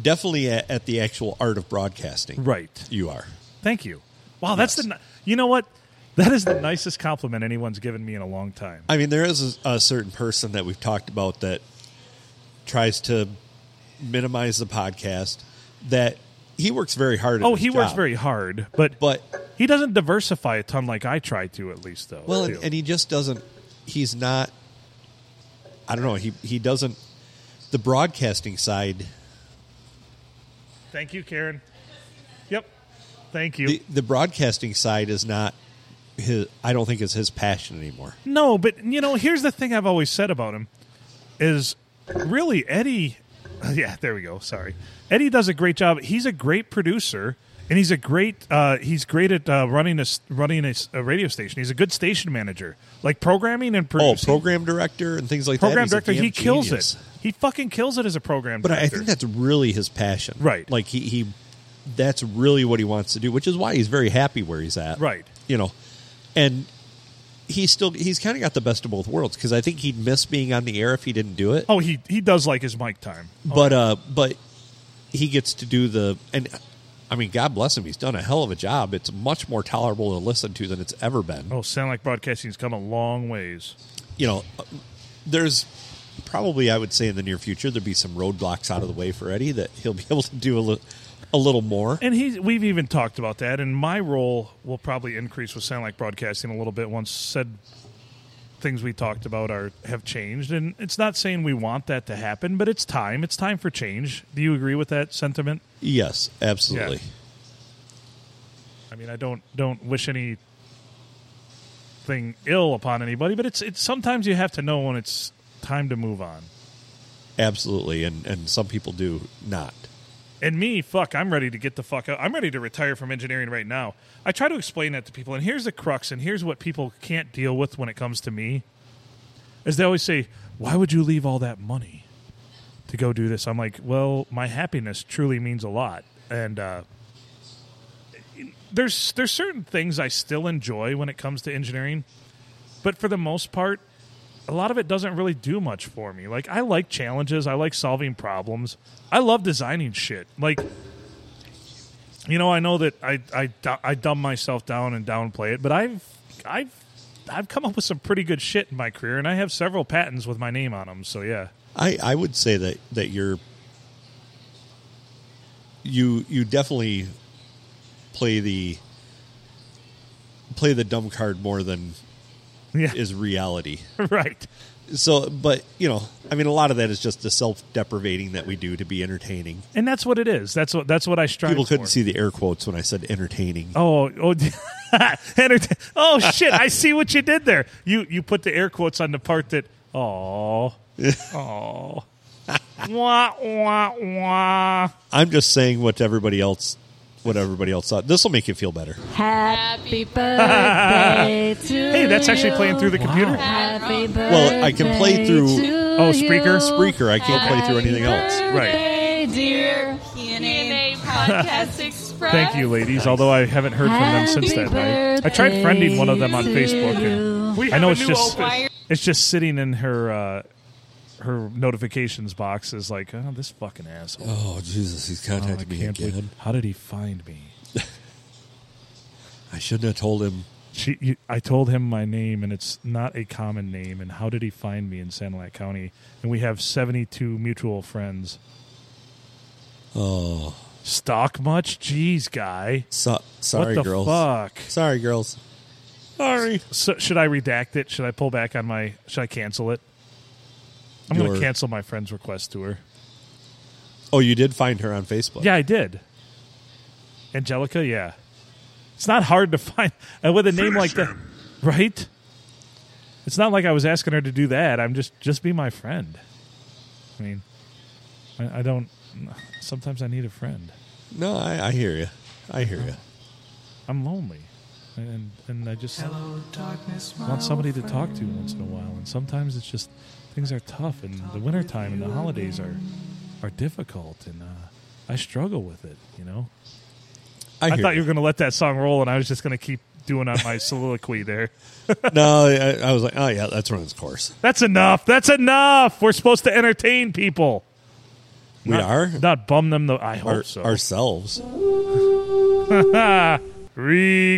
[SPEAKER 1] definitely at, at the actual art of broadcasting.
[SPEAKER 2] Right.
[SPEAKER 1] You are.
[SPEAKER 2] Thank you. Wow, that's the. ni- You know what? That is the nicest compliment anyone's given me in a long time.
[SPEAKER 1] I mean, there is a, a certain person that we've talked about that tries to minimize the podcast. That he works very hard. At
[SPEAKER 2] Oh,
[SPEAKER 1] his
[SPEAKER 2] he works
[SPEAKER 1] job,
[SPEAKER 2] very hard, but
[SPEAKER 1] But
[SPEAKER 2] he doesn't diversify a ton like I try to, at least though.
[SPEAKER 1] well, and,
[SPEAKER 2] too.
[SPEAKER 1] and he just doesn't. He's not. I don't know. He he doesn't. The broadcasting side.
[SPEAKER 2] thank you, Karen. Yep, thank you.
[SPEAKER 1] The, the broadcasting side is not his. I don't think is his passion anymore.
[SPEAKER 2] No, but you know, here's the thing I've always said about him is really Eddie. Yeah, there we go. Sorry, Eddie does a great job. He's a great producer, and he's a great uh, he's great at uh, running a s- running a, s- a radio station. He's a good station manager, like programming and
[SPEAKER 1] Oh,
[SPEAKER 2] producing.
[SPEAKER 1] program director and things like
[SPEAKER 2] program
[SPEAKER 1] that.
[SPEAKER 2] director,
[SPEAKER 1] He's a
[SPEAKER 2] he
[SPEAKER 1] damn
[SPEAKER 2] kills
[SPEAKER 1] genius.
[SPEAKER 2] it. He fucking kills it as a program
[SPEAKER 1] But I
[SPEAKER 2] director.
[SPEAKER 1] think that's really his passion,
[SPEAKER 2] Right.
[SPEAKER 1] Like he, he, that's really what he wants to do, which is why he's very happy where he's at,
[SPEAKER 2] Right.
[SPEAKER 1] You know, and he's still he's kind of got the best of both worlds because I think he'd miss being on the air if he didn't do it.
[SPEAKER 2] oh, he he does like his mic time.
[SPEAKER 1] but uh, but he gets to do the and I mean, God bless him, he's done a hell of a job. It's much more tolerable to listen to than it's ever been.
[SPEAKER 2] Oh, sound like broadcasting's come a long ways.
[SPEAKER 1] you know, uh, there's probably I would say in the near future there'd be some roadblocks out of the way for Eddie that he'll be able to do a little a little more.
[SPEAKER 2] And he's, we've even talked about that. And my role will probably increase with Sound Like Broadcasting a little bit once said things we talked about are have changed. And it's not saying we want that to happen, but it's time. It's time for change. Do you agree with that sentiment?
[SPEAKER 1] Yes, absolutely.
[SPEAKER 2] I mean, I don't don't wish any thing ill upon anybody, but it's it's sometimes you have to know when it's time to move on.
[SPEAKER 1] Absolutely. And and some people do not.
[SPEAKER 2] And me, fuck, I'm ready to get the fuck out. I'm ready to retire from engineering right now. I try to explain that to people, and here's the crux, and here's what people can't deal with when it comes to me. Is they always say, Why would you leave all that money to go do this? I'm like, Well, my happiness truly means a lot. And uh there's there's certain things I still enjoy when it comes to engineering, but for the most part, a lot of it doesn't really do much for me. Like I like challenges, I like solving problems. I love designing shit. Like you know, I know that I I du- I dumb myself down and downplay it, but I've I've I've come up with some pretty good shit in my career and I have several patents with my name on them, so yeah.
[SPEAKER 1] I I would say that that you're you you definitely play the play the dumb card more than
[SPEAKER 2] Yeah.
[SPEAKER 1] is reality.
[SPEAKER 2] right.
[SPEAKER 1] So but, you know, I mean a lot of that is just the self-deprivating that we do to be entertaining.
[SPEAKER 2] And that's what it is. That's what that's what I strive
[SPEAKER 1] People couldn't
[SPEAKER 2] for.
[SPEAKER 1] see the air quotes when I said entertaining.
[SPEAKER 2] Oh, oh, entertain- oh shit! I see what you did there. You you put the air quotes on the part that oh oh wah wah wah.
[SPEAKER 1] I'm just saying what everybody else, what everybody else thought. This will make you feel better.
[SPEAKER 5] Happy birthday to
[SPEAKER 2] Hey, that's actually
[SPEAKER 5] you.
[SPEAKER 2] playing through the computer.
[SPEAKER 5] Happy birthday
[SPEAKER 1] Well, I can play through-
[SPEAKER 5] to
[SPEAKER 2] Oh, speaker?
[SPEAKER 5] you.
[SPEAKER 1] Spreaker, I can't play through anything else.
[SPEAKER 5] Happy
[SPEAKER 2] Right.
[SPEAKER 5] birthday, dear.
[SPEAKER 6] PNA Podcast Express.
[SPEAKER 2] Thank you, ladies. Although I haven't heard from them since that night. I tried friending one of them on Facebook. And
[SPEAKER 6] We
[SPEAKER 2] I know
[SPEAKER 6] have a
[SPEAKER 2] it's
[SPEAKER 6] new
[SPEAKER 2] just
[SPEAKER 6] Opus.
[SPEAKER 2] it's just sitting in her uh, her notifications box. Is like, oh, this fucking asshole.
[SPEAKER 1] Oh Jesus, he's
[SPEAKER 2] Oh, I
[SPEAKER 1] contacted
[SPEAKER 2] can't believe- How did he find me?
[SPEAKER 1] I shouldn't have told him
[SPEAKER 2] She, you, I told him my name, and it's not a common name. And how did he find me in Sanilac County? And we have seventy-two mutual friends.
[SPEAKER 1] Oh,
[SPEAKER 2] Stock much? Jeez, guy.
[SPEAKER 1] so, sorry,
[SPEAKER 2] what the
[SPEAKER 1] girls.
[SPEAKER 2] fuck?
[SPEAKER 1] Sorry, girls. Sorry.
[SPEAKER 2] So, should I redact it? Should I pull back on my? Should I cancel it? I'm going
[SPEAKER 1] Your-
[SPEAKER 2] to cancel my friend's request to her.
[SPEAKER 1] Oh, you did find her on Facebook.
[SPEAKER 2] Yeah, I did. Angelica, yeah. It's not hard to find and with a name like that, right? It's not like I was asking her to do that. I'm just just be my friend. I mean, I, I don't. Sometimes I need a friend.
[SPEAKER 1] No, I, I hear you. I hear you.
[SPEAKER 2] I'm lonely, and and I just want somebody to talk to once in a while. And sometimes it's just things are tough, and the wintertime and the holidays are are difficult, and uh, I struggle with it. You know.
[SPEAKER 1] I,
[SPEAKER 2] I
[SPEAKER 1] hear
[SPEAKER 2] thought you were going to let that song roll, and I was just going to keep doing on my soliloquy there.
[SPEAKER 1] No, I, I was like, oh yeah, that's run its course.
[SPEAKER 2] That's enough. That's enough. We're supposed to entertain people,
[SPEAKER 1] We are
[SPEAKER 2] not bum them. The I hope
[SPEAKER 1] Our-
[SPEAKER 2] so.
[SPEAKER 1] ourselves.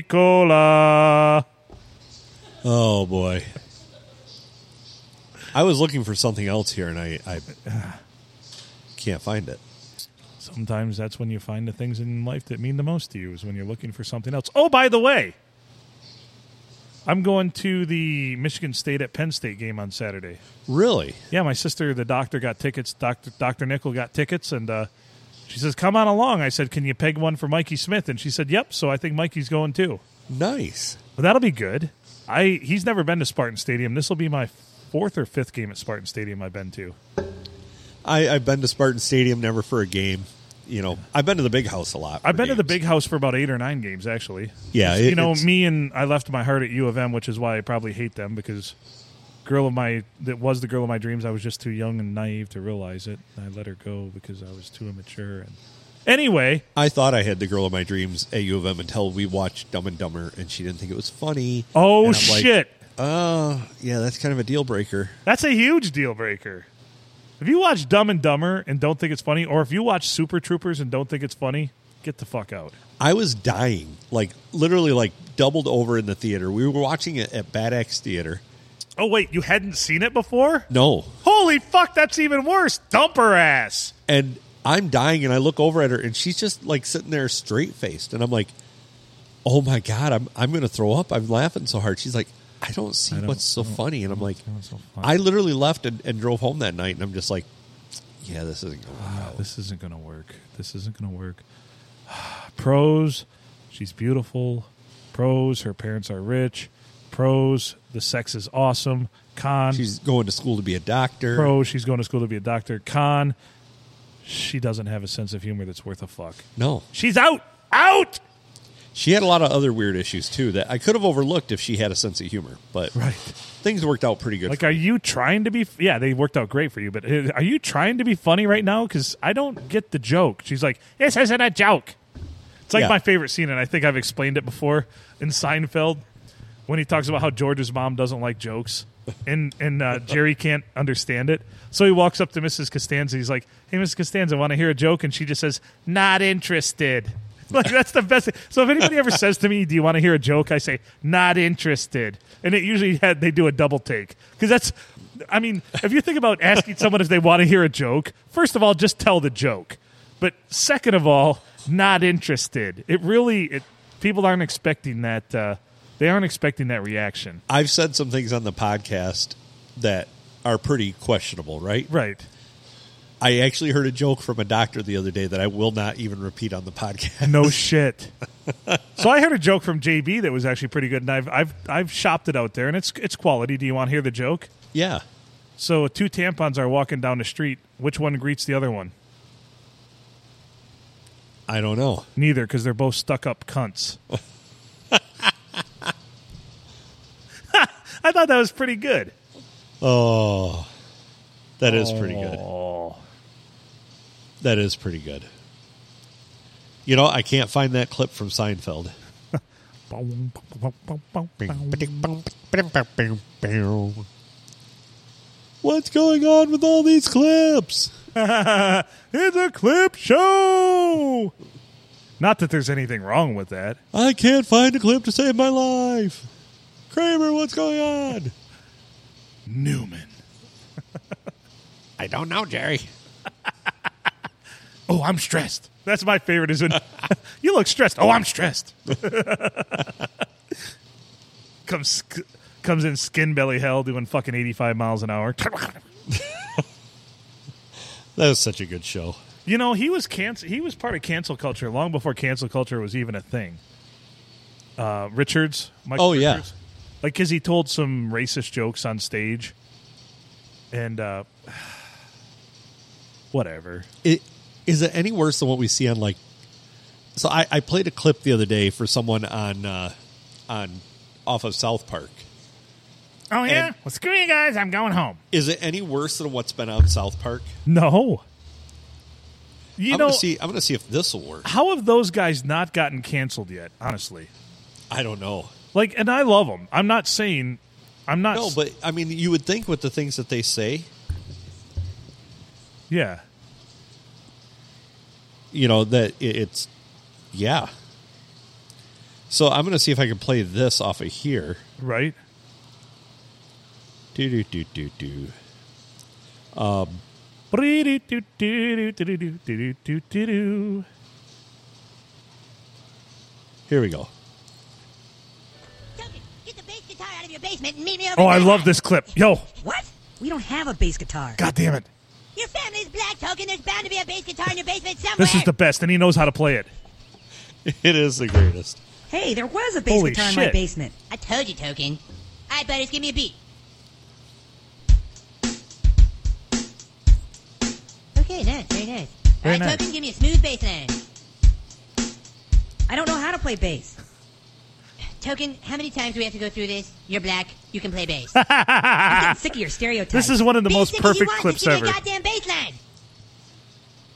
[SPEAKER 2] Ricola.
[SPEAKER 1] Oh boy. I was looking for something else here, and I, I can't find it.
[SPEAKER 2] Sometimes that's when you find the things in life that mean the most to you is when you're looking for something else. Oh, by the way, I'm going to the Michigan State at Penn State game on Saturday.
[SPEAKER 1] Really?
[SPEAKER 2] Yeah, my sister, the doctor, got tickets. Doctor Doctor Nickel got tickets, and uh, she says, "Come on along." I said, "Can you peg one for Mikey Smith?" And she said, "Yep." So I think Mikey's going too.
[SPEAKER 1] Nice.
[SPEAKER 2] But that'll be good. I he's never been to Spartan Stadium. This will be my fourth or fifth game at Spartan Stadium I've been to.
[SPEAKER 1] I, I've been to Spartan Stadium, never for a game. You know, I've been to the big house a lot. for
[SPEAKER 2] I've been to the
[SPEAKER 1] games.
[SPEAKER 2] big house for about eight or nine games actually.
[SPEAKER 1] Yeah,
[SPEAKER 2] you
[SPEAKER 1] it-
[SPEAKER 2] know
[SPEAKER 1] it's-
[SPEAKER 2] me and I left my heart at U of M, which is why I probably hate them because girl of my that was the girl of my dreams. I was just too young and naive to realize it. I let her go because I was too immature. And anyway.
[SPEAKER 1] I thought I had the girl of my dreams at U of M until we watched Dumb and Dumber, and she didn't think it was funny.
[SPEAKER 2] Oh
[SPEAKER 1] And I'm like,
[SPEAKER 2] shit.
[SPEAKER 1] Oh, yeah, that's kind of a deal breaker.
[SPEAKER 2] That's a huge deal breaker. If you watch Dumb and Dumber and don't think it's funny, or if you watch Super Troopers and don't think it's funny, get the fuck out.
[SPEAKER 1] I was dying, like literally, like doubled over in the theater. We were watching it at Bad Axe Theater.
[SPEAKER 2] Oh wait, you hadn't seen it before?
[SPEAKER 1] No,
[SPEAKER 2] Holy fuck, that's even worse. Dumper ass.
[SPEAKER 1] and I'm dying, and I look over at her, and she's just like sitting there straight faced, and I'm like, "Oh my god, I'm I'm gonna throw up! I'm laughing so hard." She's like, "I don't see
[SPEAKER 2] don't-
[SPEAKER 1] what's so
[SPEAKER 2] I don't-
[SPEAKER 1] funny," and I'm like,
[SPEAKER 2] see what's so funny.
[SPEAKER 1] "I literally left and, and drove home that night, and I'm just like, yeah, this isn't going well.
[SPEAKER 2] This isn't gonna work. This isn't gonna work. Pros, she's beautiful. Pros, her parents are rich. Pros, the sex is awesome. Con,
[SPEAKER 1] She's going to school to be a doctor.
[SPEAKER 2] pro. She's going to school to be a doctor. Con, she doesn't have a sense of humor that's worth a fuck.
[SPEAKER 1] No,
[SPEAKER 2] She's out. Out.
[SPEAKER 1] she had a lot of other weird issues too that I could have overlooked if she had a sense of humor, but
[SPEAKER 2] Right.
[SPEAKER 1] things worked out pretty good.
[SPEAKER 2] Like, are you trying to be? F- yeah, they worked out great for you, but uh, are you trying to be funny right now? Because I don't get the joke. She's like, "This isn't a joke." It's like
[SPEAKER 1] Yeah.
[SPEAKER 2] my favorite scene, and I think I've explained it before in Seinfeld when he talks about how George's mom doesn't like jokes, and and uh, Jerry can't understand it. So he walks up to Mrs. Costanza. He's like, "Hey, Mrs. Costanza, want to hear a joke?" And she just says, "Not interested." Like that's the best. So if anybody ever says to me, "Do you want to hear a joke?" I say, "Not interested," and it usually had, they do a double take because that's. I mean, if you think about asking someone if they want to hear a joke, first of all, just tell the joke. But second of all, not interested. It really it people aren't expecting that uh, they aren't expecting that reaction.
[SPEAKER 1] I've said some things on the podcast that are pretty questionable, right?
[SPEAKER 2] Right.
[SPEAKER 1] I actually heard a joke from a doctor the other day that I will not even repeat on the podcast.
[SPEAKER 2] No shit. so I heard a joke from JB that was actually pretty good and I've I've I've shopped it out there and it's it's quality. Do you want to hear the joke?
[SPEAKER 1] Yeah.
[SPEAKER 2] So two tampons are walking down the street. Which one greets the other one?
[SPEAKER 1] I don't know.
[SPEAKER 2] Neither, because they're both stuck up cunts. I thought that was pretty good.
[SPEAKER 1] Oh. That is pretty good.
[SPEAKER 2] Oh.
[SPEAKER 1] That is pretty good. You know, I can't find that clip from Seinfeld. What's going on with all these clips?
[SPEAKER 2] it's a clip show. Not that there's anything wrong with that.
[SPEAKER 1] I can't find a clip to save my life. Kramer, what's going on?
[SPEAKER 2] Newman.
[SPEAKER 1] I don't know, Jerry.
[SPEAKER 2] Oh, I'm stressed. That's my favorite. Is when you look stressed. Oh, I'm stressed. comes sk- comes in skin belly hell doing fucking 85 miles an hour.
[SPEAKER 1] That was such a good show.
[SPEAKER 2] You know, he was cancel. He was part of cancel culture long before cancel culture was even a thing. Uh, Richards, Michael
[SPEAKER 1] Oh, yeah.
[SPEAKER 2] Richards. like because he told some racist jokes on stage, and uh, whatever.
[SPEAKER 1] It, is it any worse than what we see on like? So I, I played a clip the other day for someone on uh, on off of South Park.
[SPEAKER 2] Oh
[SPEAKER 1] yeah?
[SPEAKER 2] well screw you guys. I'm going home.
[SPEAKER 1] Is it any worse than what's been on South Park?
[SPEAKER 2] No, you
[SPEAKER 1] I'm
[SPEAKER 2] know
[SPEAKER 1] gonna see. I'm gonna see if this will work.
[SPEAKER 2] how have those guys not gotten canceled yet? Honestly,
[SPEAKER 1] I don't know.
[SPEAKER 2] like, and I love them. I'm not saying I'm not.
[SPEAKER 1] No, but I mean, you would think with the things that they say,
[SPEAKER 2] yeah,
[SPEAKER 1] you know, that it, it's yeah. So I'm gonna see if I can play this off of here.
[SPEAKER 2] right.
[SPEAKER 1] Do do do do do.
[SPEAKER 2] Oh, That's
[SPEAKER 1] Here we go.
[SPEAKER 7] Duncan, get the bass guitar out of your basement and meet me over
[SPEAKER 2] Oh, I
[SPEAKER 7] there.
[SPEAKER 2] love this clip. Yo,
[SPEAKER 7] What? We don't have a bass guitar.
[SPEAKER 2] god damn it.
[SPEAKER 7] Your family's black, Token. There's bound to be a bass guitar in your basement somewhere.
[SPEAKER 2] This is the best, and he knows how to play it.
[SPEAKER 1] It is the greatest.
[SPEAKER 8] Hey, there was a bass
[SPEAKER 2] Holy
[SPEAKER 8] guitar in
[SPEAKER 2] shit.
[SPEAKER 8] my basement.
[SPEAKER 7] I told you, Token. All right, buddies, give me a beat. Okay, nice, very
[SPEAKER 2] Very
[SPEAKER 7] nice. All right,
[SPEAKER 2] nice.
[SPEAKER 7] Token, give me a smooth bass line.
[SPEAKER 8] I don't know how to play bass.
[SPEAKER 7] Token, how many times do we have to go through this? You're black. You can play bass.
[SPEAKER 8] I'm getting sick of your stereotypes.
[SPEAKER 2] This is one of the
[SPEAKER 7] Be
[SPEAKER 2] most
[SPEAKER 7] sick if you
[SPEAKER 2] perfect
[SPEAKER 7] want,
[SPEAKER 2] clips
[SPEAKER 7] just give me
[SPEAKER 2] ever.
[SPEAKER 7] a goddamn bass line.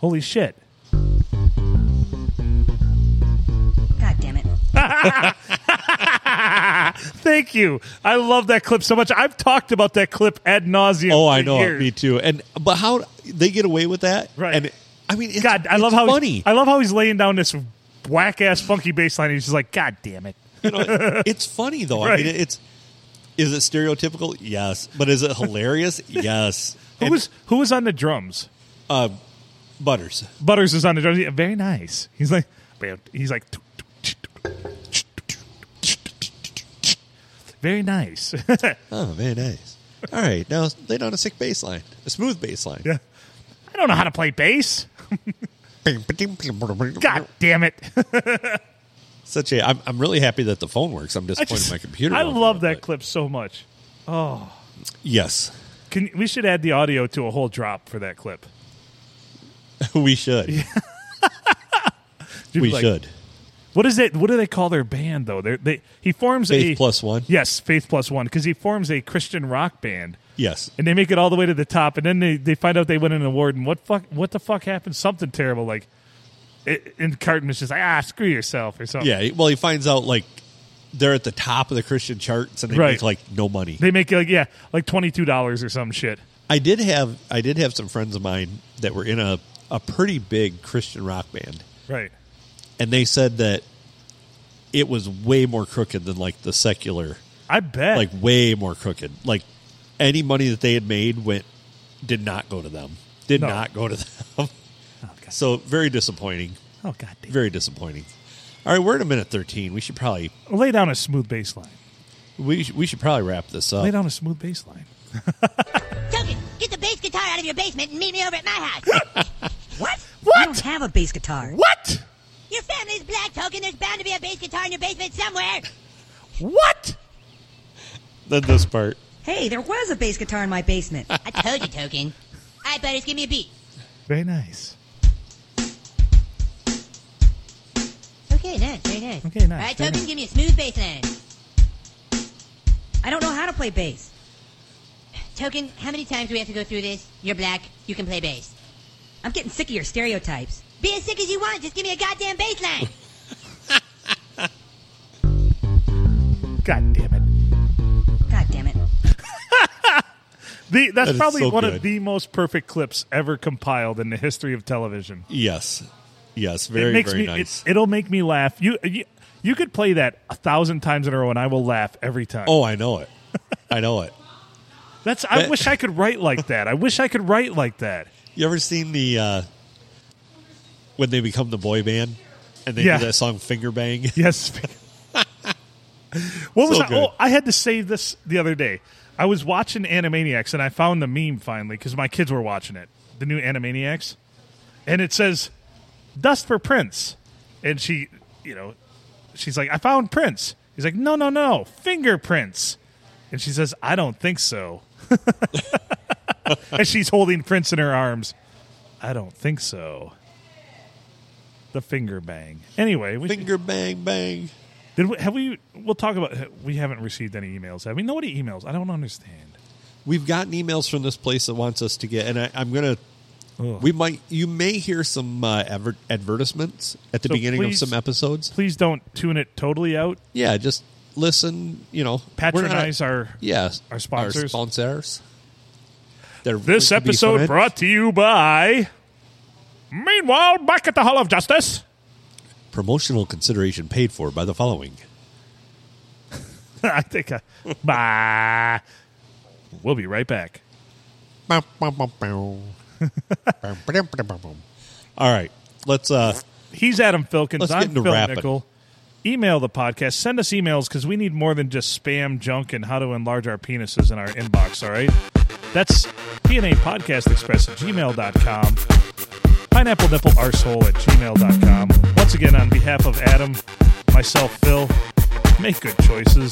[SPEAKER 2] Holy shit.
[SPEAKER 8] God damn it.
[SPEAKER 2] Thank you. I love that clip so much. I've talked about that clip ad nauseum.
[SPEAKER 1] Oh,
[SPEAKER 2] for
[SPEAKER 1] I know,
[SPEAKER 2] years.
[SPEAKER 1] me too. And but how they get away with that?
[SPEAKER 2] Right.
[SPEAKER 1] And I mean, it's,
[SPEAKER 2] God, I
[SPEAKER 1] it's
[SPEAKER 2] love how
[SPEAKER 1] funny.
[SPEAKER 2] He's, I love how he's laying down this whack ass funky bass line. And he's just like, God damn it.
[SPEAKER 1] You know, it's funny though. I
[SPEAKER 2] Right.
[SPEAKER 1] mean, it's is it stereotypical? Yes, but is it hilarious? yes.
[SPEAKER 2] Who
[SPEAKER 1] And,
[SPEAKER 2] was who was on the drums?
[SPEAKER 1] uh, Butters?
[SPEAKER 2] Butters is on the drums. He- Very nice. He's like, he's like, very nice.
[SPEAKER 1] Oh, very nice. All right, now lay down a sick bass line, a smooth bass line.
[SPEAKER 2] Yeah. I don't know how to play bass. God damn it!
[SPEAKER 1] Such a. I'm, I'm really happy that the phone works. I'm
[SPEAKER 2] I
[SPEAKER 1] disappointed
[SPEAKER 2] just-
[SPEAKER 1] my computer.
[SPEAKER 2] I
[SPEAKER 1] won't do
[SPEAKER 2] love
[SPEAKER 1] it,
[SPEAKER 2] that
[SPEAKER 1] but-
[SPEAKER 2] clip so much.
[SPEAKER 1] Yes,
[SPEAKER 2] Can we should add the audio to a whole drop for that clip?
[SPEAKER 1] we should.
[SPEAKER 2] You'd
[SPEAKER 1] we
[SPEAKER 2] be like,
[SPEAKER 1] should.
[SPEAKER 2] What is it? What do they call their band though? They're, they he forms
[SPEAKER 1] Faith
[SPEAKER 2] a
[SPEAKER 1] Plus One?
[SPEAKER 2] Yes, Faith Plus One because he forms a Christian rock band.
[SPEAKER 1] Yes.
[SPEAKER 2] and they make it all the way to the top, and then they, they find out they win an award, and what fuck what the fuck happened? Something terrible, like it, and Carton is just like ah screw yourself or something.
[SPEAKER 1] Yeah. Well, he finds out like they're at the top of the Christian charts and they
[SPEAKER 2] Right.
[SPEAKER 1] make like no money.
[SPEAKER 2] they make like yeah like twenty two dollars or some shit.
[SPEAKER 1] I did have I did have some friends of mine that were in a a pretty big Christian rock band,
[SPEAKER 2] Right,
[SPEAKER 1] and they said that it was way more crooked than like the secular,
[SPEAKER 2] I bet.
[SPEAKER 1] like way more crooked. Like any money that they had made went did not go to them, did
[SPEAKER 2] No.
[SPEAKER 1] not go to them.
[SPEAKER 2] oh god,
[SPEAKER 1] so very disappointing,
[SPEAKER 2] oh, god damn.
[SPEAKER 1] very disappointing. All right, we're at a minute thirteen. We should probably
[SPEAKER 2] lay down a smooth bass line.
[SPEAKER 1] we sh- we should probably wrap this
[SPEAKER 2] Lay
[SPEAKER 1] up.
[SPEAKER 2] down a smooth bass line.
[SPEAKER 7] Token, get the bass guitar out of your basement and meet me over at my house.
[SPEAKER 8] What?
[SPEAKER 2] What?
[SPEAKER 8] We don't have a bass guitar.
[SPEAKER 2] What?
[SPEAKER 7] Your family's black, Token. There's bound to be a bass guitar in your basement somewhere.
[SPEAKER 2] What?
[SPEAKER 1] Then this part.
[SPEAKER 8] Hey, there was a bass guitar in my basement.
[SPEAKER 7] I told you, Token. All right, buddies, give me a beat.
[SPEAKER 2] Very nice.
[SPEAKER 7] Okay, nice, very nice.
[SPEAKER 2] Okay, nice,
[SPEAKER 7] All right,
[SPEAKER 2] very
[SPEAKER 7] Token,
[SPEAKER 2] nice.
[SPEAKER 7] give me a smooth bass line.
[SPEAKER 8] I don't know how to play bass.
[SPEAKER 7] Token, how many times do we have to go through this? You're black, you can play bass.
[SPEAKER 8] I'm getting sick of your stereotypes.
[SPEAKER 7] Be as sick as you want, just give me a goddamn bass line.
[SPEAKER 2] God damn it.
[SPEAKER 8] God damn it.
[SPEAKER 2] The,
[SPEAKER 1] That
[SPEAKER 2] that's
[SPEAKER 1] is
[SPEAKER 2] probably
[SPEAKER 1] so
[SPEAKER 2] one
[SPEAKER 1] good.
[SPEAKER 2] of the most perfect clips ever compiled in the history of television.
[SPEAKER 1] Yes. Yes, very
[SPEAKER 2] it makes
[SPEAKER 1] very
[SPEAKER 2] me,
[SPEAKER 1] nice.
[SPEAKER 2] It, will make me laugh. You, you you could play that a thousand times in a row, and I will laugh every time.
[SPEAKER 1] oh, I know it. I know it.
[SPEAKER 2] that's. I
[SPEAKER 1] that-
[SPEAKER 2] wish I could write like that. I wish I could write like that.
[SPEAKER 1] You ever seen the uh when they become the boy band and they
[SPEAKER 2] Yeah.
[SPEAKER 1] do that song Finger Bang?
[SPEAKER 2] Yes. what was
[SPEAKER 1] So
[SPEAKER 2] I?
[SPEAKER 1] good.
[SPEAKER 2] Oh, I had to save this the other day. I was watching Animaniacs and I found the meme finally because my kids were watching it, the new Animaniacs, and it says "Dust for Prince," and she, you know, she's like, "I found Prince." He's like, "No, no, no, fingerprints," and she says, "I don't think so," and she's holding Prince in her arms. I don't think so. The finger bang. Anyway, we
[SPEAKER 1] Finger Bang Bang.
[SPEAKER 2] did we, have we? We'll talk about. We haven't received any emails. Have we? Nobody emails. I don't understand.
[SPEAKER 1] We've gotten emails from this place that wants us to get, and I, I'm gonna.
[SPEAKER 2] Ugh.
[SPEAKER 1] We might, you may hear some uh, adver- advertisements at the
[SPEAKER 2] So
[SPEAKER 1] beginning
[SPEAKER 2] please-
[SPEAKER 1] of some episodes.
[SPEAKER 2] Please don't tune it totally out.
[SPEAKER 1] Yeah, just listen. You know, we're not-
[SPEAKER 2] Patronize our.
[SPEAKER 1] Yes.
[SPEAKER 2] Our sponsors.
[SPEAKER 1] sponsors. They're-
[SPEAKER 2] This
[SPEAKER 1] they could be
[SPEAKER 2] episode
[SPEAKER 1] fun.
[SPEAKER 2] brought to you by. Meanwhile, back at the Hall of Justice.
[SPEAKER 1] promotional consideration paid for by the following.
[SPEAKER 2] I think. I, bye. We'll be right back.
[SPEAKER 1] All right. Let's uh
[SPEAKER 2] He's Adam Filkins.
[SPEAKER 1] Let's get
[SPEAKER 2] I'm
[SPEAKER 1] into
[SPEAKER 2] Phil
[SPEAKER 1] rapping.
[SPEAKER 2] Nickel. Email the podcast. Send us emails because we need more than just spam, junk, and how to enlarge our penises in our inbox, all right? That's PNA Podcast Express at gmail.com. Pineapple Nipple Arsehole at gmail.com. Once again, on behalf of Adam, myself, Phil, make good choices.